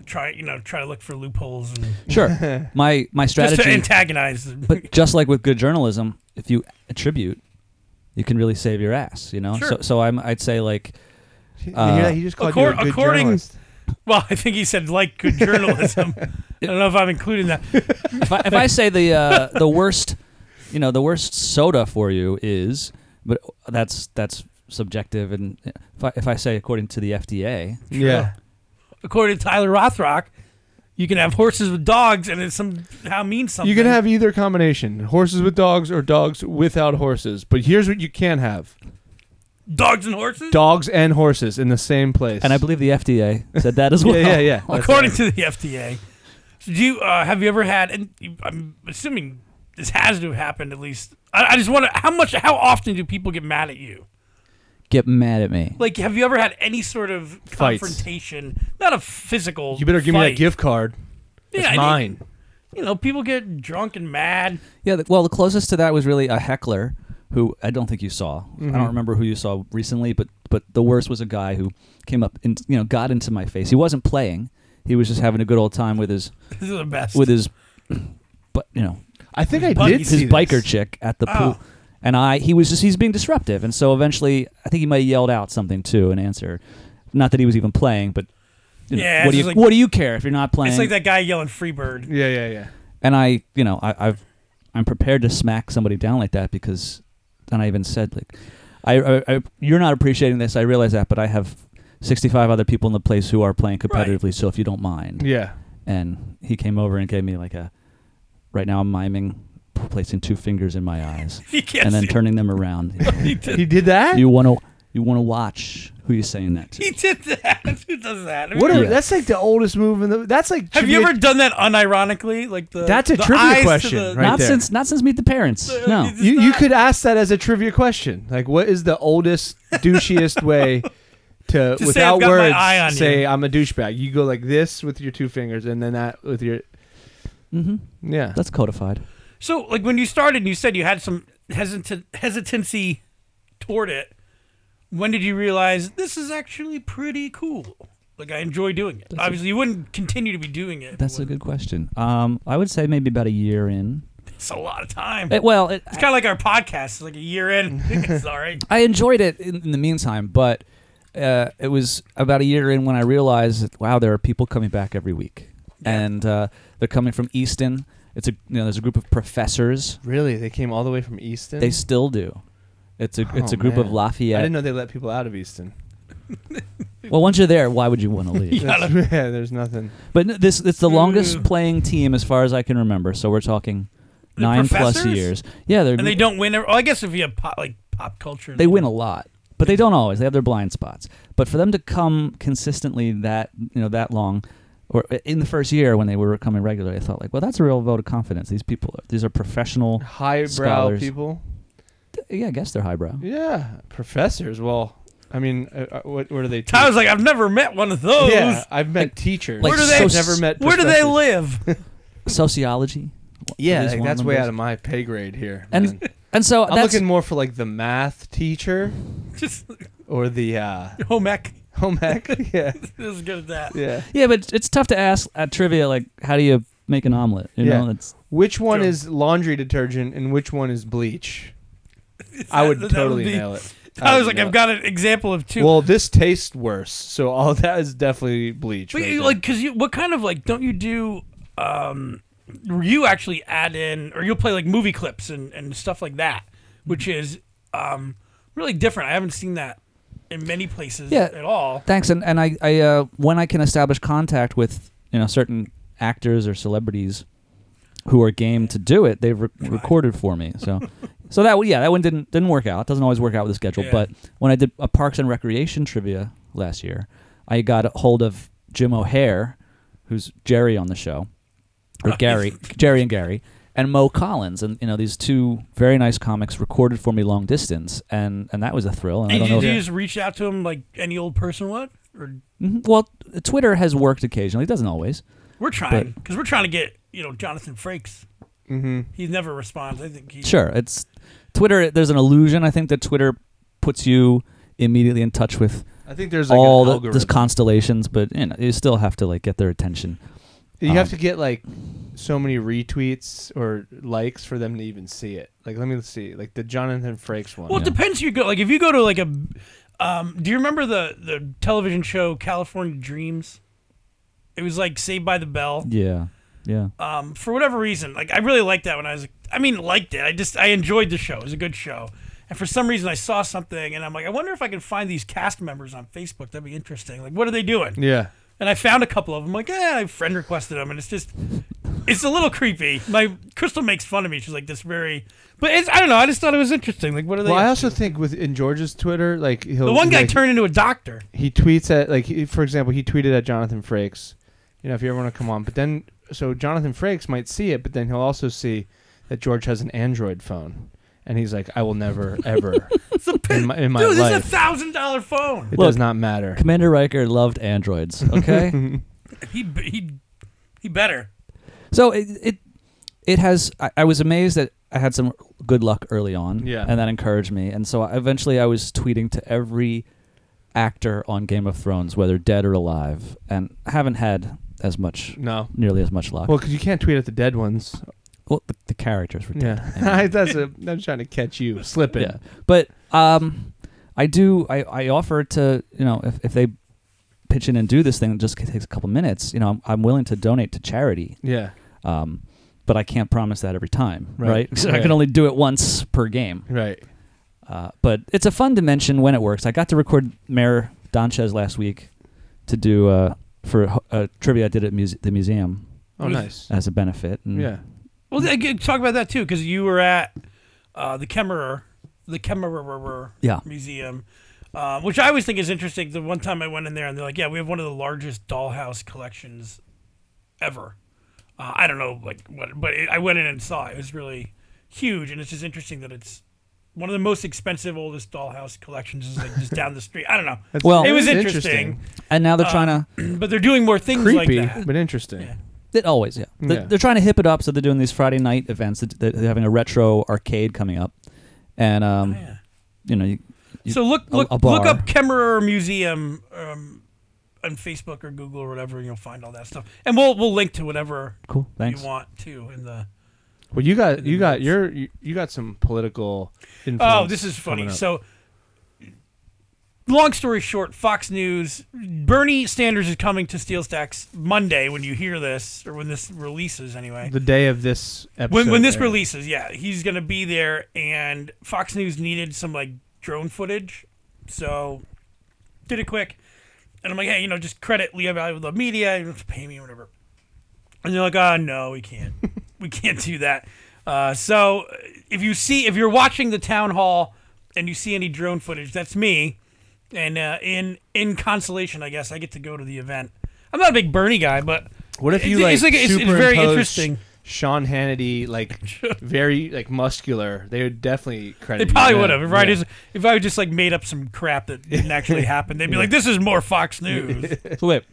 B: try you know try to look for loopholes and [laughs]
D: [laughs] sure. my my
B: just to
D: strategy,
B: antagonize.
D: but just like with good journalism, if you attribute, you can really save your ass. You know.
B: Sure.
D: So so I'm I'd say like
C: he,
D: Uh,
C: yeah, he just called you a
B: accor-
C: good
B: according-
C: journalist.
B: [laughs] Well, I think he said like good
C: [laughs]
B: journalism. I don't know if I'm including that.
D: if I, if I say the uh, the worst, you know, the worst soda for you is, but that's that's subjective. And uh, if I, if I say according to the FDA,
C: Yeah.
B: According to Tyler Rothrock, you can have horses with dogs, and it's somehow means something.
C: You can have either combination: horses with dogs or dogs without horses. But here's what you can have:
B: dogs and horses.
C: dogs and horses in the same place.
D: and I believe the FDA said that as
B: [laughs]
C: yeah,
D: well.
C: yeah,
D: [laughs]
C: yeah. That's
B: according to the FDA. So do you uh, have you ever had? And you- I'm assuming this has to have happened at least. I, I just want to. How much? How often do people get mad at you?
D: Get mad at me.
B: Like, have you ever had any sort of
C: Fights.
B: confrontation? Not a physical.
C: You better give me
B: fight.
C: that gift card.
B: Yeah,
C: It's
B: I mean,
C: mine.
B: you know, people get drunk and mad. [laughs]
D: Yeah. The, well, the
B: Mm-hmm.
D: closest to that was really a heckler who I don't think you saw. I don't remember who you saw recently, but but the worst was a guy who came up and you know got into my face. He wasn't playing; he was just having a good old time with his
B: This is the best.
D: with his, [clears throat] but you know,
C: I think I
B: Buggy-
C: did
D: his
C: see this.
D: biker chick at the
B: Oh.
D: pool. And I, he was just, he's being disruptive. And so eventually, I think he might have yelled out something too, an answer. Not that he was even playing, but you know,
B: Yeah,
D: what,
B: it's
D: do you,
B: just like-
D: what do you care if you're not playing?
B: it's like that guy yelling "Freebird." [laughs]
C: Yeah, yeah, yeah.
D: And I, you know, I, I've, I'm prepared to smack somebody down like that because, and I even said, like, I, I, I you're not appreciating this. I realize that, but I have 65 other people in the place who are playing competitively. So if you don't mind,
C: Yeah.
D: and he came over and gave me like a right now I'm miming placing two fingers in my eyes
B: You can't
D: and then
B: see
D: turning them around. [laughs] You know.
B: He did,
C: He did that?
D: you want to you want to watch who you're saying that
B: [laughs] he
D: to.
B: did that. [laughs] Who does that? I mean,
C: What a,
D: Yeah.
C: that's like the oldest move in the that's like
B: have you
C: trivia-
B: ever done that unironically? Like the
C: That's a
B: the
C: trivia
B: eyes to
C: question,
B: the-
C: right?
D: not
C: there.
D: since not since Meet
C: [laughs]
D: the Parents.
B: Uh,
D: No.
B: it's
C: you, you
B: not-
C: could ask that as a trivia question. Like what is the oldest [laughs] douchiest way to,
B: say,
C: without
B: "I've got my
C: words
B: eye on
C: say
B: you."
C: I'm a douchebag. You go like this with your two fingers and then that with your
D: Mm-hmm.
C: yeah.
D: That's codified.
B: So, like when you started, you said you had some hesitant hesitancy toward it. When did you realize this is actually pretty cool? Like I enjoy doing it.
D: That's a-
B: Obviously, you wouldn't continue to be doing it. if it
D: That's a
B: wasn't-
D: good question. Um, I would say maybe about a year in.
B: It's a lot of time.
D: Eh, well, it,
B: it's kind of like our podcast. It's like a year
D: [laughs]
B: in. [laughs] it's all right.
D: I enjoyed it in, in the meantime, but uh, it was about a year in when I realized, that, wow, there are people coming back every week, and uh, they're coming from Easton. It's a you know, there's a group of professors.
C: Really? They came all the way from Easton?
D: They still do. It's a it's
C: Oh,
D: a group of
C: man. I
D: Lafayette.
C: didn't know they let people out of Easton.
D: Well, once you're there, why would you want
C: [laughs]
D: to leave?
C: That's, [laughs] yeah, there's nothing.
D: But n- this it's the
B: Ooh.
D: longest playing team as far as I can remember. So we're talking
B: The
D: nine plus
B: professors?
D: years. Yeah, they're,
B: And they don't win. every- Oh, I guess if you have pop, like pop culture,
D: they win a lot, but they don't always. They have their blind spots. But for them to come consistently that you know that long, or in the first year when they were coming regularly, I thought like, well, that's a real vote of confidence. These people, are, these are professional.
C: Highbrow
D: Scholars.
C: people.
D: Yeah, I guess they're highbrow.
C: Yeah, professors. Well, I mean, uh, uh, what, where do they?
B: I was
C: teach?
B: like, I've never met one of those.
C: yeah, I've met teachers.
D: like
B: Where do they-
C: I've never met?
B: Where do they
C: professors.
B: live?
D: Sociology.
C: Yeah,
D: At least
C: like,
D: one
C: that's
D: them
C: way
D: does.
C: out of my pay grade here. man.
D: And and so
C: I'm
D: that's
C: looking more for like the math teacher
D: [laughs]
B: Just
C: or
B: [laughs]
C: the uh,
B: home ec.
C: home ec. [laughs] Yeah,
B: This is good at that.
C: yeah.
D: yeah, but it's tough to ask at trivia like, how do you make an omelet? You
C: Yeah.
D: know, it's
C: Which one
B: True.
C: is laundry detergent and which one is bleach? I would
B: [laughs] that would
C: totally
B: be-
C: nail it.
B: I was
C: would
B: like,
C: nail
B: I've
C: it.
B: got an example of two.
C: Well, this tastes worse, so all [laughs] that is definitely bleach.
B: But
C: right
B: you,
C: there.
B: like, cause you, what kind of like, don't you do, um, you actually add in, or you'll play like movie clips and, and stuff like that, which
D: Mm-hmm.
B: is, um, really different. I haven't seen that in many places
D: Yeah.
B: at all.
D: Thanks, and and I, I uh, when I can establish contact with you know certain actors or celebrities who are game to do it, they've re- recorded for me.
B: [laughs]
D: So, so that yeah, that one didn't didn't work out. It doesn't always work out with the schedule.
B: Yeah.
D: But when I did a Parks and Recreation trivia last year, I got a hold of Jim O'Hare, who's Jerry on the show,
B: Oh.
D: or Gary, Jerry and Gary, and Mo Collins, and you know these two very nice comics recorded for me long distance, and and that was a thrill. And I
B: And
D: don't
B: did
D: know.
B: you
D: if-
B: just reach out to him like any old person would? Or
D: Mhm. Well, t- Twitter has worked occasionally. It doesn't always.
B: we're trying, cause we're trying to get you know Jonathan Frakes.
C: Mhm.
B: He never responds. I think he.
D: Sure, it's Twitter. There's an illusion. I think that Twitter puts you immediately in touch with
C: I think there's like
D: all
C: an
D: the,
C: algorithm.
D: this constellations, but you know you still have to like get their attention.
C: You have
D: Um,
C: to get like so many retweets or likes for them to even see it. Like, let me see. Like the Jonathan Frakes one.
B: Well, it depends. Who you go like if you go to like a, um, do you remember the the television show California Dreams? It was like Saved by the Bell.
D: Yeah, yeah.
B: Um, for whatever reason, like I really liked that when I was. I mean, liked it. I just I enjoyed the show. It was a good show. And for some reason, I saw something, and I'm like, I wonder if I can find these cast members on Facebook. That'd be interesting. Like, what are they doing?
C: yeah.
B: And I found a couple of them. Like, eh, I friend requested them, and it's just, it's a little creepy. My Crystal makes fun of me. She's like, this very, but it's I don't know. I just thought it was interesting. Like, what are they?
C: Well, I
B: up
C: also
B: to?
C: think with in George's Twitter, like he'll
B: the one guy
C: like,
B: turned into a doctor.
C: he tweets at like he- for example, he tweeted at Jonathan Frakes. You know, if you ever want to come on, but then so Jonathan Frakes might see it, but then he'll also see that George has an Android phone, and he's like, I
B: [laughs]
C: will never ever in my in my
B: Dude, this is a
C: life.
B: thousand dollar phone.
C: It
D: Look.
C: does not matter.
D: Commander Riker loved androids.
C: [laughs]
D: Okay,
B: He he he better.
D: so it it it has. I, I was amazed that I had some good luck early on.
C: Yeah.
D: and that encouraged me, and so I, eventually I was tweeting to every actor on Game of Thrones, whether dead or alive, and haven't had as much,
C: No.
D: nearly as much luck.
C: Well, because you can't tweet at the dead ones.
D: Well, the, the characters were dead.
C: Yeah, [laughs]
D: anyway.
C: that's a. I'm trying to catch you slipping.
D: Yeah, but um, I do. I, I offer to you know if, if they pitch in and do this thing, it just takes a couple minutes. You know, I'm, I'm willing to donate to charity,
C: Yeah.
D: um, but I can't promise that every time,
C: Right.
D: right? [laughs] So I
C: Right.
D: can only do it once per game.
C: Right.
D: Uh, but it's a fun dimension when it works. I got to record Mayor Donchez last week to do uh, for a ho- a trivia I did at muse- the museum
C: Oh, nice.
D: as a benefit. And
C: Yeah.
B: Well, th- again, talk about that too, because you were at uh, the Kemmerer, the Kemmerer
D: Yeah.
B: Museum, uh, which I always think is interesting. The one time I went in there, and they're like, "Yeah, we have one of the largest dollhouse collections ever." Uh, I don't know, like what, but it, I went in and saw it. It was really huge, and it's just interesting that it's one of the most expensive, oldest dollhouse collections is like just down the street. I don't know.
C: That's-
D: Well-
B: It was
C: that's
B: interesting,
D: And now they're
C: Uh,
D: trying to
B: but they're doing more things
C: Creepy,
B: like that.
C: but interesting.
B: Yeah.
D: It always, yeah. They're,
C: Yeah.
D: they're trying to hip it up, so they're doing these Friday night events. They're- They're, they're having a retro arcade coming up, and um,
B: Oh, Yeah.
D: you know, you, you-
B: So look
D: a-
B: look
D: a
B: look
D: bar.
B: up Kemmerer Museum um, on Facebook or Google or whatever, and you'll find all that stuff. And we'll we'll link to whatever
D: cool. Thanks.
B: you want to in the.
C: Well, you got you got
B: minutes.
C: your you, you got some political.
B: Oh,
C: influence
B: this is funny.
C: coming up.
B: So. Long story short, Fox News, Bernie Sanders is coming to SteelStacks Monday when you hear this, or when this releases anyway.
C: the day of this episode.
B: when, when this
C: aired.
B: releases yeah he's gonna be there and fox news needed some like drone footage so did it quick and i'm like hey you know just credit leah valley with the media you don't have to pay me or whatever and they're like oh no we
C: [laughs]
B: can't we can't do that uh, so uh, if you see if you're watching the town hall and you see any drone footage that's me and uh, in in consolation i guess i get to go to the event i'm not a big bernie guy but
C: What if you
B: It's-
C: like,
B: it's like- it's- it's very
C: superimpose
B: interesting.
C: Sean
B: [laughs]
C: Hannity, like very like muscular. They would definitely credit.
B: They probably
C: you.
B: would have. If I
C: Yeah.
B: just if I just like made up some crap that didn't
C: [laughs]
B: actually happen, they'd be like, "This is more Fox News."
E: So wait,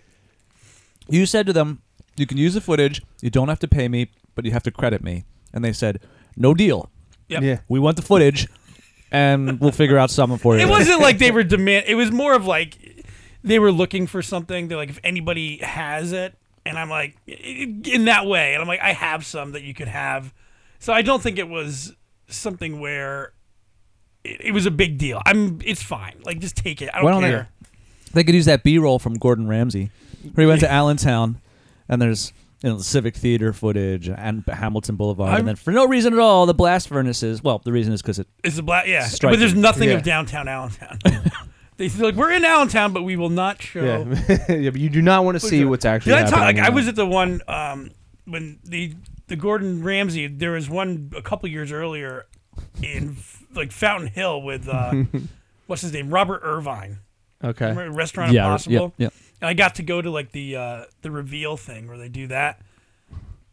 E: you said to them, "You can use the footage. You don't have to pay me, but you have to credit me." And they said, "No deal.
B: Yep.
C: Yeah.
E: We want the footage, and we'll figure out something for you."
B: It wasn't like they were demand. It was more of like they were looking for something. They're like, "If anybody has it," and I'm like, in that way, and I'm like, "I have some that you could have." So I don't think it was something where it, it was a big deal. I'm. It's fine. Like, just take it. I don't
E: Why don't they-
B: care.
E: They could use that B-roll from Gordon Ramsay, where he went
B: [laughs]
E: to Allentown, and there's you know the Civic Theater footage and Hamilton Boulevard,
B: I'm-
E: and then for no reason at all, the blast furnaces. Well, the reason is because it
B: It's a black. Yeah,
E: Striking.
B: but there's nothing
C: Yeah.
B: of downtown Allentown. [laughs] they feel like we're in Allentown, but we will not show.
C: Yeah. [laughs] yeah, but you do not want to see what's actually.
B: Did I talk?
C: happening
B: Like I
C: now.
B: was at the one um, when the the Gordon Ramsay. There was one a couple years earlier in like Fountain Hill with
C: [laughs]
B: uh, what's his name, Robert Irvine,
C: Okay.
B: Remember Restaurant Impossible.
D: yeah, yeah.
B: And I got to go to like the uh, the reveal thing where they do that,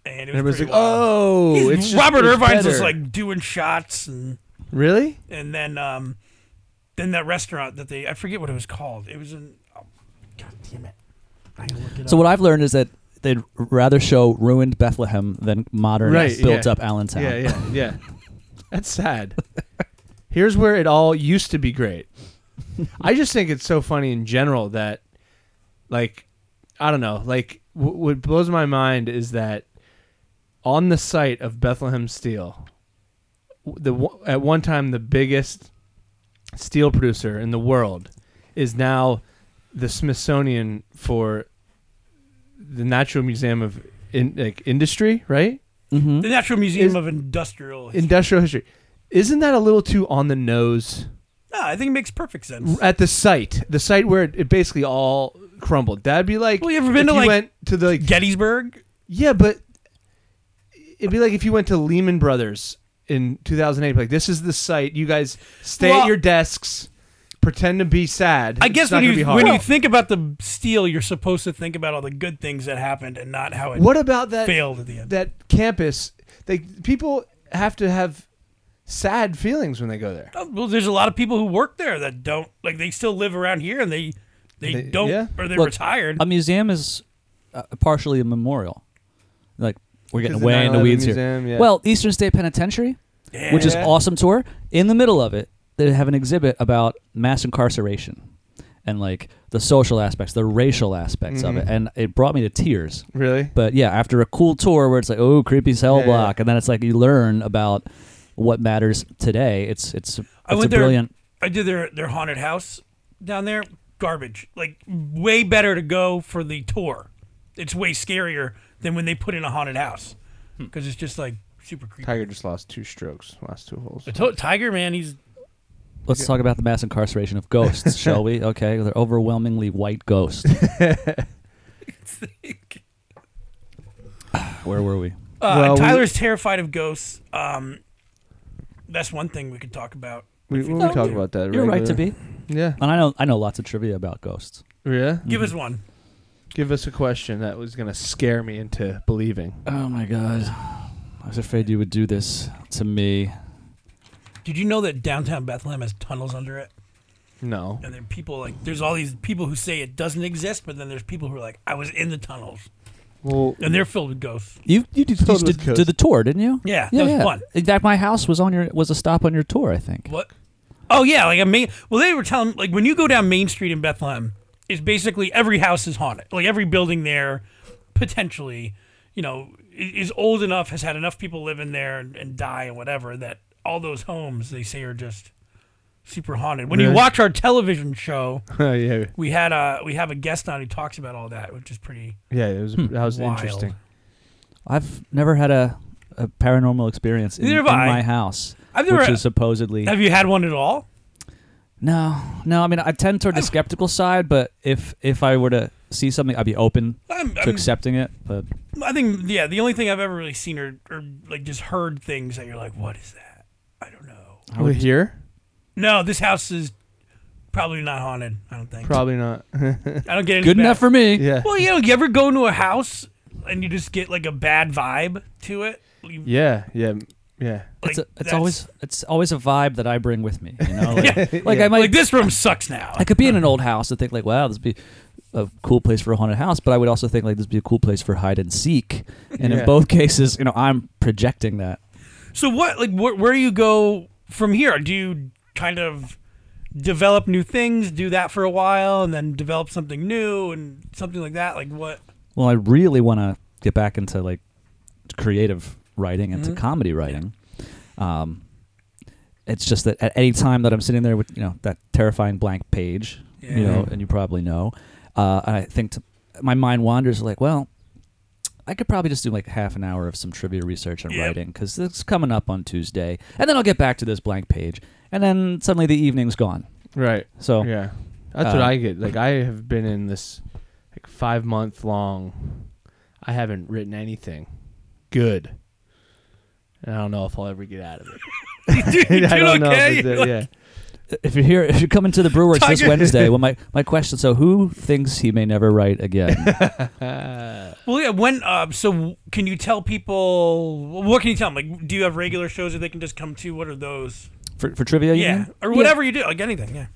B: and it was,
C: Everybody's like,
B: pretty wild.
C: oh,
B: He's-
C: it's just-
B: Robert
C: it's
B: Irvine's was
C: better."
B: like doing shots and
C: really?
B: and then um, then that restaurant that they I forget what it was called. It was in oh, God damn it. I gotta look it
D: So
B: up.
D: what I've learned is that they'd rather show ruined Bethlehem than modern
C: Right,
D: built-up Allentown.
C: Yeah, yeah, yeah. That's sad. Here's where it all used to be great. I just think it's so funny in general that, like, I don't know. Like, w- what blows my mind is that on the site of Bethlehem Steel, w- the w- at one time the biggest steel producer in the world is now the Smithsonian for the Natural Museum of in, like Industry, right?
B: the Natural Museum
C: Hmm? Is-
B: of Industrial History.
C: industrial history. Isn't that a little too on the nose
B: No, I think it makes perfect sense.
C: at the site? The site where it, it basically all crumbled. That'd be like
B: Well, you ever been
C: if
B: to,
C: you
B: like,
C: went to the like,
B: Gettysburg.
C: yeah, but it'd be like if you went to Lehman Brothers in 2008. Like this is the site. You guys stay at
B: Well-
C: your desks, pretend to be sad.
B: I guess
C: it's not
B: when
C: gonna be
B: you
C: hard.
B: when you think about the steel, you're supposed to think about all the good things that happened and not how it
C: what about that
B: failed at the end.
C: that campus? They people have to have sad feelings when they go there.
B: Oh, well, there's a lot of people who work there that don't like they still live around here and they they,
C: They-
B: don't
C: yeah.
B: or they're
D: Look,
B: retired.
D: A museum is uh, partially a memorial. Like we're getting
C: 'Cause the
D: way into
C: 9/11
D: weeds
C: museum,
D: here.
C: yeah.
D: Well, Eastern State Penitentiary, which is
C: Yeah.
D: awesome tour. In the middle of it, they have an exhibit about mass incarceration, and like the social aspects, the racial aspects of it,
C: Mm-hmm.
D: and it brought me to tears.
C: Really?
D: But yeah, after a cool tour where it's like, oh, creepy cell
C: Yeah, yeah.
D: block, and then it's like you learn about what matters today. It's it's it's
B: I
D: a
B: went there.
D: brilliant.
B: I did their their haunted house down there. Garbage. Like way better to go for the tour. It's way scarier than when they put in a haunted house because it's just like super creepy.
C: Tiger just lost two strokes, last two holes.
F: The to- Tiger man,
B: [laughs]
F: he's
D: Let's talk about the mass incarceration of [laughs] ghosts, shall we? Okay, they're overwhelmingly white [laughs] ghosts. Where were we?
B: Uh,
C: Well, we-
B: Tyler's terrified of ghosts. Um, that's one thing we could talk about.
C: We,
B: If you
C: we
B: don't
C: talk
B: do-
C: about that.
D: You're right to
C: regular-
D: be.
C: Yeah.
D: And I know I know lots of trivia about ghosts.
C: Yeah.
B: Give us one.
C: Give us a question that was gonna scare me into believing.
D: Oh my god. I was afraid you would do this to me.
B: Did you know that downtown Bethlehem has tunnels under it?
C: No.
B: And then people like, there's all these people who say it doesn't exist, but then there's people who are like, I was in the tunnels,
C: [laughs] Well,
B: and they're filled with ghosts.
D: You you did,
C: Filled
D: you
C: with
D: did,
C: ghosts.
D: did the tour, didn't you?
B: Yeah, that was fun.
D: In fact, my house was on your was a stop on your tour. I think.
B: What? Oh yeah, like a main. Well, they were telling like when you go down Main Street in Bethlehem, it's basically every house is haunted. Like every building there, potentially, you know, i- is old enough, has had enough people live in there and, and die and whatever. That all those homes they say are just super haunted. When you
C: Really?
B: watch our television show,
C: yeah,
B: we had a we have a guest on who talks about all that, which is pretty.
C: yeah. It
D: Hmm.
C: was that was
B: Wild. [laughs]
C: interesting.
D: I've never had a, a paranormal experience in,
B: Neither have
D: in
B: I.
D: my house,
B: I've never.
D: which is supposedly
B: have you had one at all?
D: no, no. I mean, I tend toward the skeptical side, but if if I were to see something, I'd be open
B: I'm,
D: to
B: I'm,
D: accepting it. But
B: I think yeah. The only thing I've ever really seen or, or like just heard things that you're like, what is that? I don't know.
D: I would-
C: here?
B: No, this house is probably not haunted. I don't think.
C: Probably not. [laughs]
B: I don't get any
D: good
B: bad-
D: enough for me.
C: yeah.
B: Well, you know, you ever go into a house and you just get like a bad vibe to it? You-
C: Yeah. Yeah. Yeah.
B: like,
D: It's, a, it's
B: that's-
D: always it's always a vibe that I bring with me.
B: [laughs]
D: You know, like, like
C: Yeah.
D: I might
B: like this room sucks now.
D: I could be in an old house and think like, wow, this would be a cool place for a haunted house, but I would also think like this would be a cool place for hide and seek. And
C: Yeah.
D: in both cases, you know, I'm projecting that.
B: So what? Like where, where do you go from here? Do you kind of develop new things, do that for a while, and then develop something new and something like that? Like
D: [laughs]
B: what? [laughs]
D: Well, I really want to get back into like creative writing and
B: Mhm.
D: to comedy writing. Um, it's just that at any time that I'm sitting there with you know that terrifying blank page, you know, and you probably know. Uh, and I think to, my mind wanders like, well, I could probably just do like half an hour of some trivia research and
B: Yep.
D: writing because it's coming up on Tuesday, and then I'll get back to this blank page, and then suddenly the evening's gone.
C: Right.
D: So
C: Yeah. That's what
D: Uh,
C: I get. Like I have been in this like five month long. I haven't written anything good. And I don't know if I'll ever get out of
B: [laughs]
C: it.
B: you doing
C: [laughs] I don't
B: okay?
C: know.
B: Like,
C: But, yeah.
D: if you're here, if you're coming to
B: [laughs]
D: the Brewworks this
B: Tiger.
D: Wednesday, well, my my question. So who thinks he may never write
B: [laughs]
D: again?
B: Well, yeah. When uh, so can you tell people? What can you tell them? Like, do you have regular shows that they can just come to? What are those?
D: for, for trivia, you
B: Yeah,
D: mean?
B: or whatever you do, like anything. Yeah.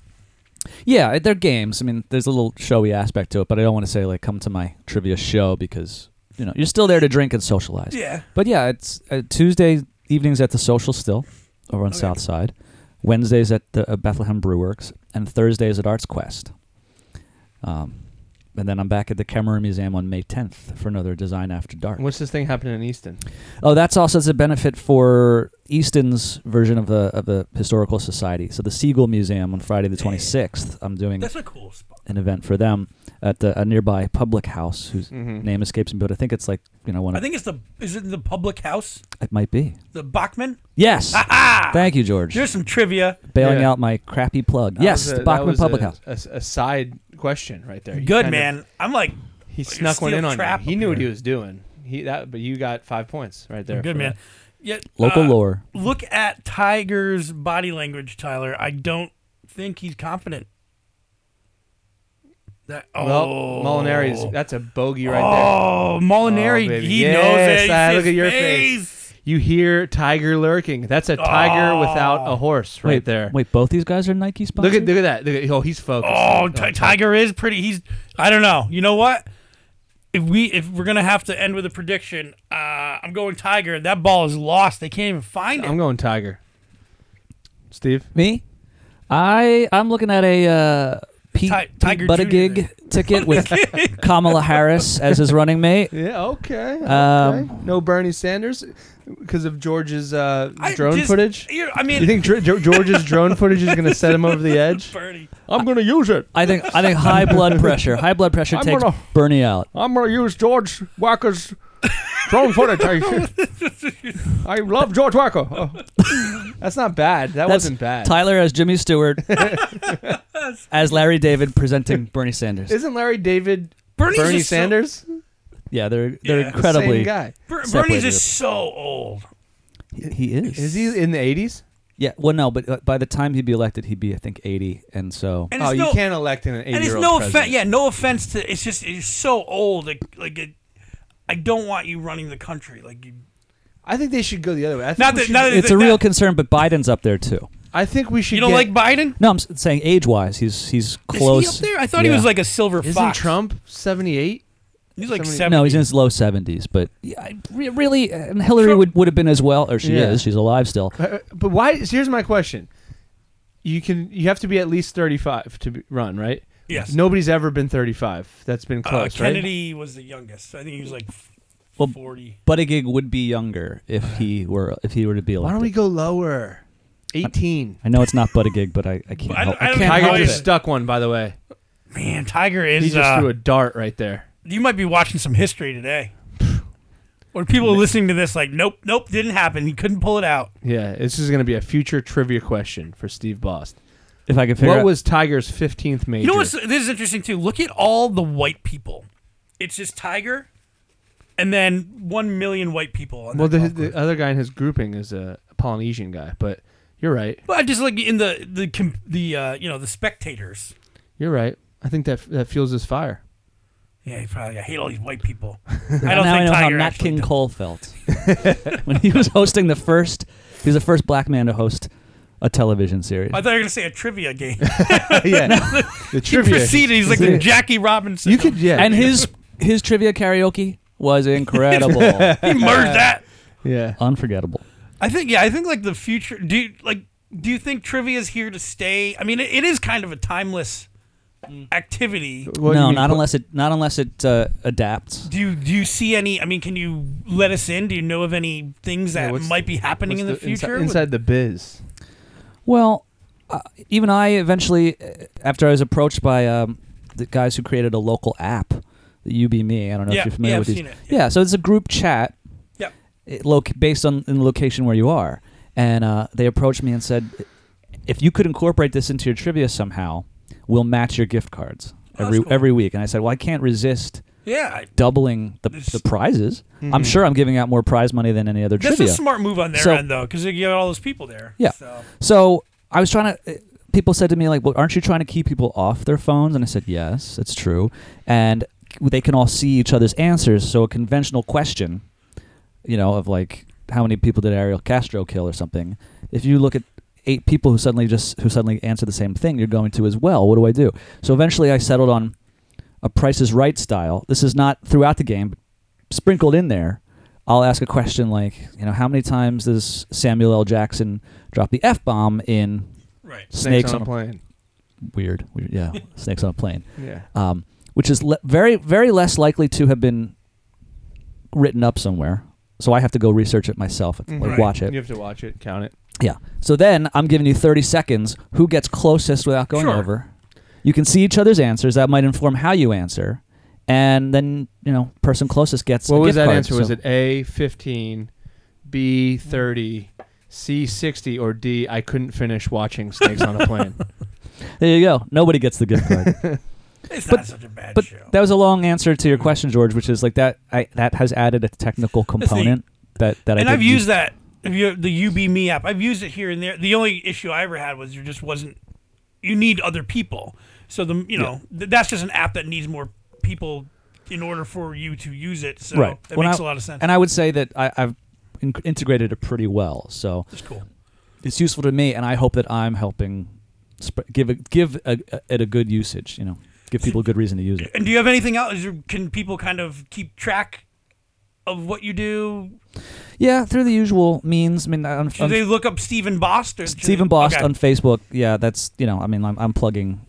D: Yeah, they're games. I mean, there's a little showy aspect to it, but I don't want to say like come to my trivia show because you know you're still there to drink and socialize.
B: Yeah.
D: But yeah, it's uh, Tuesday evenings at the Social Still over on
B: Okay.
D: South Side, Wednesdays at the uh, Bethlehem Brewworks, and Thursdays at Arts Quest. Um, and then I'm back at the Kemmerer Museum on May 10th for another Design After Dark.
C: What's this thing happening in Easton?
D: Oh, that's also as a benefit for Easton's version of the of the historical society. So the Siegel Museum on Friday the 26th. I'm doing
B: That's a cool spot.
D: an event for them at the, a nearby public house whose
C: Mhm.
D: name escapes me, but I think it's like you know one.
B: I
D: Of,
B: think it's the is it the public house,
D: it might be.
B: the Bachman.
D: Yes.
B: Ah,
D: Thank you, George.
B: Here's some trivia.
D: Bailing
C: Yeah.
D: out my crappy plug.
C: That
D: yes,
C: was a-
D: the
C: that
D: Bachman
C: was
D: Public
C: a-
D: House.
C: A, a side question right there. You kind
B: Good
C: of-
B: man. I'm like
C: he
B: a
C: snuck one
B: steel
C: in on
B: trap
C: you. He
B: up
C: knew what he
B: here.
C: was doing. He that, but you got five points right there.
B: good
C: for
B: man.
C: that.
B: Yeah.
D: Local
C: Ah.
B: uh,
D: lore.
B: Look at Tiger's body language, Tyler. I don't think he's confident. That oh
C: Well, Molinari's that's a bogey right there.
B: Oh, Molinari,
C: Oh, baby.
B: he knows
C: Yes,
B: it.
C: I
B: It's
C: look
B: his
C: at your face. You hear tiger lurking. That's a tiger
B: Oh.
C: without a horse right
D: wait
C: there.
D: Wait, both these guys are Nike
C: Look
D: sponsors.
C: at look at that. Look at, oh, he's focused.
B: Oh, Ti- Tiger is pretty. He's. I don't know. You know what? If we if we're gonna have to end with a prediction, uh, I'm going Tiger. That ball is lost. They can't even find it.
C: I'm going tiger. Steve,
D: me. I I'm looking at a uh, Pete,
B: Ti-
D: Pete
B: Tiger Jr.
D: Buttigieg
B: [laughs]
D: ticket with Kamala Harris as his running mate.
C: Yeah. Okay.
D: Um,
C: okay. No Bernie Sanders because of George's uh,
B: I
C: drone
B: just-
C: footage.
B: you know, I mean,
C: You think Dr- Dr- George's drone footage is going to set him over the edge?
B: Bernie.
C: I'm going to use it.
D: I think I think high blood pressure. High blood pressure
C: I'm
D: takes
C: gonna-
D: Bernie out.
C: I'm going to use George Wacker's drone footage. I, I love George Wacker. Oh. That's not bad. That
D: That's
C: wasn't bad.
D: Tyler as
C: [laughs]
D: Jimmy Stewart, as Larry David presenting Bernie Sanders.
C: Isn't Larry David
B: Bernie's
C: Bernie
B: just so-
C: Sanders?
D: yeah, they're they're
B: Yeah.
D: incredibly.
C: Same guy.
B: Ber- Bernie's
D: Separated.
B: just so old.
D: He, he is.
C: Is he in the 80s?
D: Yeah. Well, no, but uh, by the time he'd be elected, he'd be I think eighty, and so
B: And
C: Oh,
B: it's
C: you
B: no,
C: can't elect an 80
B: and it's
C: year old
B: no offense.
C: president.
B: Yeah, no offense to. It's just it's so old. Like like it, I don't want you running the country. Like you,
C: I think they should go the other way. I think
B: Not
C: we
B: that-
C: should-
B: not that-
D: it's a real
B: that-
D: concern. But Biden's up there too.
C: I think we should.
B: you don't like
C: get-
B: Biden?
D: No, I'm s- saying age-wise, he's he's close.
B: Is he up there? I thought he
D: Yeah.
B: was like a silver
C: Isn't
B: fox.
C: Trump 78?
B: He's like
C: somebody-
B: seven.
D: No, he's in his low seventies, but yeah, I- re- really, uh, and Hillary
B: Trump-
D: would, would have been as well, or she
C: Yeah.
D: is. She's alive still.
C: Uh, But why? so here's my question: You can you have to be at least 35 to be, run, right?
B: Yes.
C: Nobody's ever been 35. That's been
B: Uh,
C: close, right?
B: Kennedy was the youngest. I think he was like f-
D: Well,
B: forty.
D: Buttigieg would be younger if he were if he were to be elected.
C: Why don't we go lower? 18.
D: I know it's not Buttigieg, but I, I can't
B: I don't-
D: help.
B: I
D: I
B: don't
D: can't
B: know
C: Tiger
B: how
D: help
B: he-
C: just
D: it.
C: stuck one, by the way.
B: Man, Tiger
C: He
B: is.
C: just
B: uh,
C: threw a dart right there.
B: you might be watching some history today. Or people listening to this, like, nope, nope, didn't happen. He couldn't pull it out.
C: Yeah, this is going to be a future trivia question for Steve Bost.
D: If I could figure
C: What
D: out,
C: was Tiger's 15th major?
B: You know what's this is interesting too. Look at all the white people. It's just Tiger, and then one million white people. On
C: well,
B: that
C: the,
B: golf course.
C: the other guy in his grouping is a Polynesian guy, but you're right.
B: Well, I just like in the the com- the uh, you know the spectators.
C: You're right. I think that that fuels his
B: [laughs]
C: fire. [laughs]
B: Yeah, he probably. I hate all these white people. I don't
D: now I
B: think
D: know how
B: Tiger.
D: Nat
B: actually
D: King
B: did- [laughs]
D: Cole felt when he was hosting the first. He was the first black man to host a television series.
B: I thought you were gonna say a trivia
C: [laughs]
B: game.
C: yeah, the
B: he
C: trivia.
B: proceeded. He's like the Jackie Robinson.
C: You could, yeah,
D: And his his trivia karaoke was
B: [laughs]
D: incredible,
B: he merged that.
C: yeah.
D: unforgettable.
B: I think. Yeah, I think like the future. Do you, like do you think trivia is here to stay? I mean, it, it is kind of a timeless Mm. activity.
C: What do you
D: no,
C: mean?
D: not unless it not unless it uh, adapts.
B: Do you do you see any? I mean, can you let us in? Do you know of any things
C: Yeah,
B: that
C: what's-
B: might be happening
C: What's
B: in the,
C: insi-
B: future?
C: inside, the biz.
D: Well, uh, even I eventually, uh, after I was approached by um, the guys who created a local app, the You Be Me. I don't know
B: Yeah,
D: if you're familiar
B: yeah,
D: with
B: I've
D: these.
B: seen it,
D: Yeah. so it's a group chat.
B: Yep.
D: It loc- based on in the location where you are, and uh, they approached me and said, if you could incorporate this into your trivia somehow, we'll match your gift cards
B: Oh, that's
D: every
B: cool.
D: every week. And I said, well, I can't resist
B: yeah, I-
D: doubling the,
B: This-
D: the prizes. I'm sure I'm giving out more prize money than any other
B: that's
D: trivia.
B: a smart move on their
D: So-
B: end though, because you got all those people there.
D: Yeah.
B: So.
D: So I was trying to. People said to me like, "Well, aren't you trying to keep people off their phones?" And I said, "Yes, it's true." And they can all see each other's answers. So a conventional question, you know, of like, how many people did Ariel Castro kill or something? If you look at eight people who suddenly just who suddenly answer the same thing, you're going to as well. What do I do? So eventually, I settled on a Price is Right style. This is not throughout the game, but sprinkled in there. I'll ask a question like, you know, how many times does Samuel L. Jackson drop the f bomb in
B: Right.
D: Snakes, on,
C: a plane.
D: a weird, weird, yeah, [laughs] Snakes on a Plane,
C: Yeah.
D: um, which is le- very, very less likely to have been written up somewhere. So I have to go research it myself, like
C: Mm-hmm. Right.
D: watch it.
C: You have to watch it, count it.
D: Yeah. So then I'm giving you 30 seconds. Who gets closest without going
B: Sure.
D: over? You can see each other's answers. That might inform how you answer. And then, you know, person closest gets.
C: What
D: a
C: was
D: gift
C: that
D: card.
C: answer? Was
D: So-
C: it A fifteen, B thirty, C sixty, or D? I couldn't finish watching Snakes on a [laughs] Plane.
D: There you go. Nobody gets the
C: [laughs]
D: gift card.
B: It's
D: But-
B: not such a bad
D: but
B: show.
D: that was a long answer to your question, George, which is like that. I, that has added a technical component that that I
B: and I've
D: didn't
B: used that if you the UB Me app. I've used it here and there. The only issue I ever had was there just wasn't. You need other people, so the you know th- that's just an app that needs more people in order for you to use it. So
D: Right.
B: that
D: When
B: makes
D: I-
B: a lot of sense.
D: And I would say that I, I've in- integrated it pretty well, so
B: it's cool.
D: it's useful to me, and I hope that I'm helping sp- give a, give a, a, it a good usage. You know, give people a good reason to use it.
B: [laughs] And do you have anything else? Is there- Can people kind of keep track of what you do?
D: Yeah, through the usual means. I mean, on,
B: Do they look up Stephen Bost? Or should
D: Stephen
B: they-
D: Bost
B: okay.
D: on Facebook. Yeah, that's you know, I mean, I'm, I'm plugging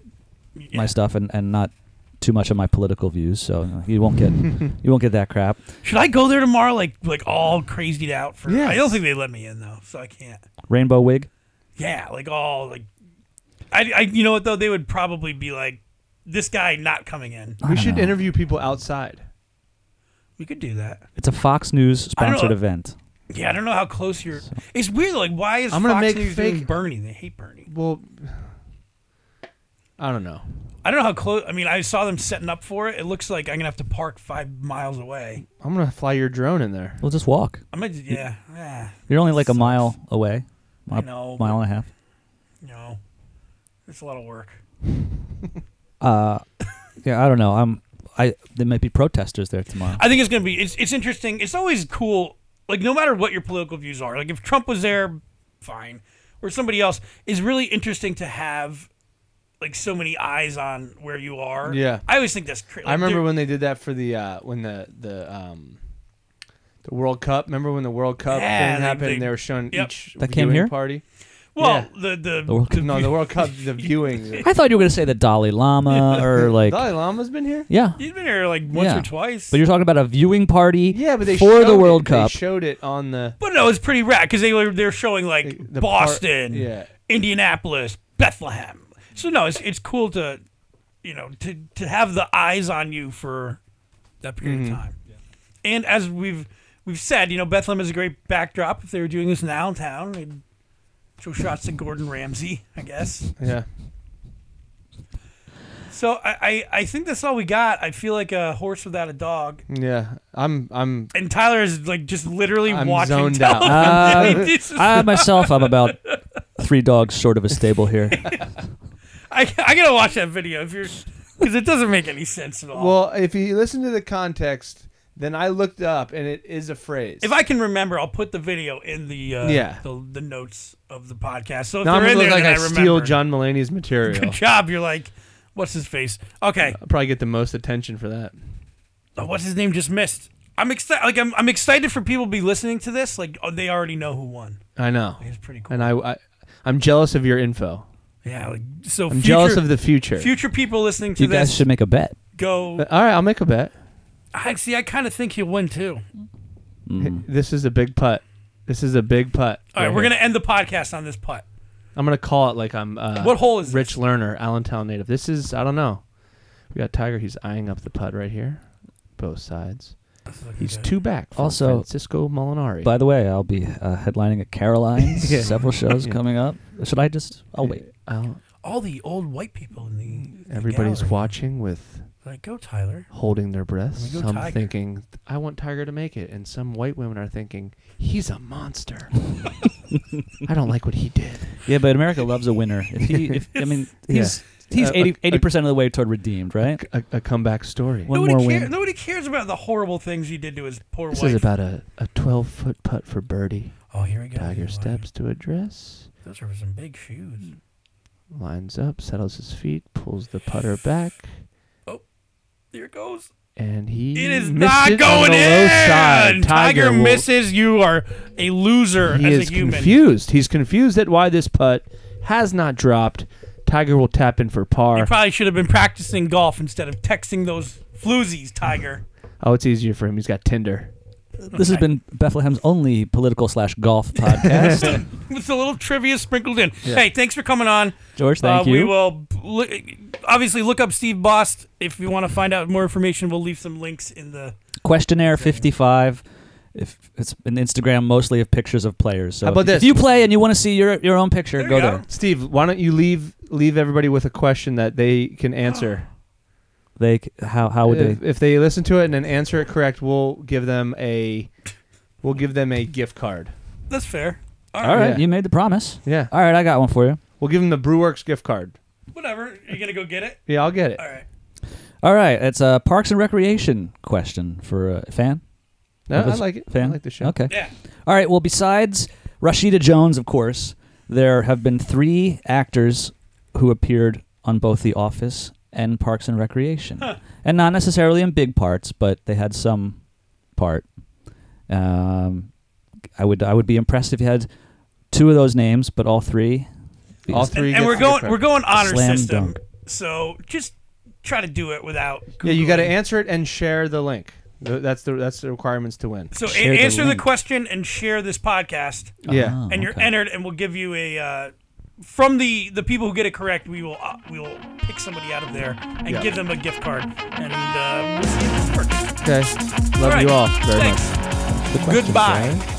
B: Yeah.
D: my stuff and, and not too much of my political views. So you, know, you won't
B: [laughs]
D: get you won't get that crap.
B: Should I go there tomorrow, like like all crazied out for? I don't
C: Yes.
B: think they let me in though, so I can't.
D: Rainbow wig.
B: Yeah, like all like, I, I you know what though they would probably be like, this guy not coming in.
C: we should interview people outside.
B: We could do that.
D: It's a Fox News
B: I don't
D: sponsored
B: know.
D: event.
B: Yeah, I don't know how close you're. It's weird. Like, why is
C: I'm gonna
B: Fox
C: make
B: News doing
C: fake-
B: Bernie? They hate Bernie.
C: Well, I don't know.
B: I don't know how close. I mean, I saw them setting up for it. It looks like I'm gonna have to park five miles away.
C: I'm gonna fly your drone in there.
D: We'll just walk.
B: I might. Yeah, yeah.
D: You're only like a mile away,
B: I know. but,
D: mile and a half.
B: You know, it's a lot of work.
D: Uh, yeah, I don't know. I'm I there might be protesters there tomorrow.
B: I think it's gonna be it's it's interesting. It's always cool. Like no matter what your political views are, like if Trump was there, fine, or somebody else, it's really interesting to have like so many eyes on where you are.
C: Yeah.
B: I always think that's crazy.
C: I remember when they did that for the uh, when the the um the World Cup. Remember when the World Cup
B: Yeah,
C: thing
B: they-
C: happened?
B: they-
C: and they were showing
B: yep.
C: each
D: That came
C: viewing
D: here?
C: party.
B: well the the,
D: The World Cup.
C: No, the World Cup,
B: [laughs]
C: the viewing.
D: I thought you were gonna say the
C: [laughs]
D: Dalai Lama or like
C: Dalai Lama's been
D: [laughs]
C: here.
D: yeah.
B: you've been here like once
D: Yeah.
B: or twice.
D: But you're talking about a viewing party
C: Yeah, but they
D: for the
C: showed
D: World
C: it-
D: Cup.
C: They showed it on the
B: but no, it's pretty rad because they were they're showing like
C: The par-
B: Boston,
C: yeah.
B: Indianapolis, Bethlehem. So no, it's it's cool to you know to to have the eyes on you for that period
C: Mm-hmm.
B: of time. And as we've we've said, you know Bethlehem is a great backdrop. If they were doing this in downtown, they'd show shots to Gordon Ramsay, I guess.
C: yeah.
B: So I, I I think that's all we got. I feel like a horse without a dog.
C: Yeah, I'm. I'm.
B: And Tyler is like just literally
C: I'm
B: watching.
C: zoned out.
B: television. [laughs]
D: Uh,
B: It's just-
D: I myself, I'm about
C: [laughs]
D: three dogs short of a stable here.
B: I, I gotta watch that video if you're because it doesn't make any sense at all.
C: Well, if you listen to the context, then I looked up, and it is a phrase.
B: if I can remember, I'll put the video in the uh,
C: Yeah.
B: the, the notes of the podcast. So if
C: now I'm
B: they're
C: gonna
B: in
C: look
B: there,
C: like
B: then
C: I,
B: I,
C: steal
B: remember.
C: John Mulaney's
B: Good
C: material.
B: job. You're like, what's his face? Okay,
C: I'll probably get the most attention for that.
B: Oh, what's his name? Just missed. I'm excited. Like I'm, I'm excited for people to be listening to this. Like oh, they already know who won.
C: I know,
B: It's pretty cool.
C: and I, I, I'm jealous of your info.
B: Yeah. Like, so
C: I'm
B: future,
C: jealous of the future.
B: future people listening to
D: You
B: this.
D: guys should make a bet.
B: go.
C: But- all right, I'll make a bet.
B: I see. I kind of think he'll win too.
C: Mm-hmm. This is a big putt. This is a big putt.
B: All right, we're
C: here.
B: gonna end the podcast on this putt.
C: I'm gonna call it like I'm. Uh,
B: What hole is
C: Rich Lerner, Allentown native. This is I don't know. We got Tiger. He's eyeing up the putt right here, both sides.
B: This? Looking
C: He's
B: good.
C: two back. From
D: Also-
C: Francisco Molinari.
D: By the way, I'll be uh, headlining at
C: [laughs]
D: Caroline's
C: Yeah.
D: several shows
C: Yeah.
D: coming up. Should I just? I'll wait.
C: Al-
B: all the old white people in the the
C: everybody's
B: gallery.
C: watching with
B: Like, go Tyler.
C: holding their
B: Let
C: breath.
B: me go
C: Some
B: Tiger.
C: thinking I want Tiger to make it, and some white women are thinking he's a [laughs] monster. I don't like what he did.
D: Yeah, but America loves a winner. If
C: [laughs]
D: he, if, I mean, he's he's
C: Uh,
D: eighty
C: a-
D: eighty percent of the way toward redeemed, right?
C: A, a comeback story.
D: One
B: nobody
D: more
B: cares.
D: win.
B: Nobody cares about the horrible things you did to his poor
C: This
B: wife.
C: is about a a 12 foot putt for birdie.
B: oh, here we go.
C: Tiger
B: Wow.
C: steps to address.
B: Those are some big shoes.
C: lines up, settles his feet, pulls the putter back,
B: Here it goes.
C: and he
B: It is
C: missed
B: not
C: it on
B: going
C: the
B: in.
C: Low side.
B: Tiger,
C: will-
B: misses. You are a loser
C: He
B: as
C: is
B: a human.
C: confused. He's confused at why this putt has not dropped. Tiger will tap in for
B: You
C: par.
B: probably should have been practicing golf instead of texting those floozies,
C: [laughs]
B: Tiger.
C: oh, it's easier for him. He's got Tinder.
D: This has been Bethlehem's only political slash
C: [laughs]
D: golf podcast.
B: It's a little trivia sprinkled in. Hey, thanks for coming on.
D: George, thank
B: uh,
D: you.
B: We will li- obviously look up Steve Bost if you want to find out more information. We'll leave some links in the.
D: Questionnaire fifty five. If it's an Instagram mostly of pictures of players. So
C: How about
D: if,
C: this?
D: if you play and you want to see your your own picture,
B: There
D: go
B: you go.
D: there.
C: Steve, why don't you leave leave everybody with a question that
B: [gasps]
C: they can answer?
D: They c- how how would
C: if,
D: they?
C: if they listen to it and then answer it correct, we'll give them a we'll give them a gift card.
B: That's fair.
D: All right,
C: Yeah.
D: you made the promise.
C: Yeah,
D: All right, I got one for you.
C: we'll give them the BrewWorks gift card.
B: Whatever. You're gonna go get it.
C: Yeah, I'll get it.
B: All right.
D: All right, it's a Parks and Recreation question for a fan.
C: No, I
D: Elvis
C: like it. I
D: Fan?
C: like the show.
D: Okay.
B: Yeah.
D: All right. Well, besides Rashida Jones, of course, there have been three actors who appeared on both The Office and Parks and Recreation, and not necessarily in big parts, but they had some part. Um, I would I would be impressed if you had two of those names, but all three.
C: All
D: Because
C: three.
B: and
C: get
B: we're
C: the
B: going
C: gift card.
B: we're going honor
D: Slam
B: system.
D: dunk.
B: So just try to do it without. Googling.
C: Yeah, you got to answer it and share the link. Th- That's the that's the requirements to win.
B: So a-
D: Share the
B: answer the,
D: link.
B: question and share this podcast,
C: Yeah.
D: Oh,
B: and you're
D: okay.
B: entered, and we'll give you a. Uh, from the, the people who get it correct, we will uh, we will pick somebody out of there and
C: Yeah.
B: give them a gift card, and uh, we'll see if this works.
C: Okay. Love
B: All right.
C: you all very much.
B: Thanks.
E: Goodbye.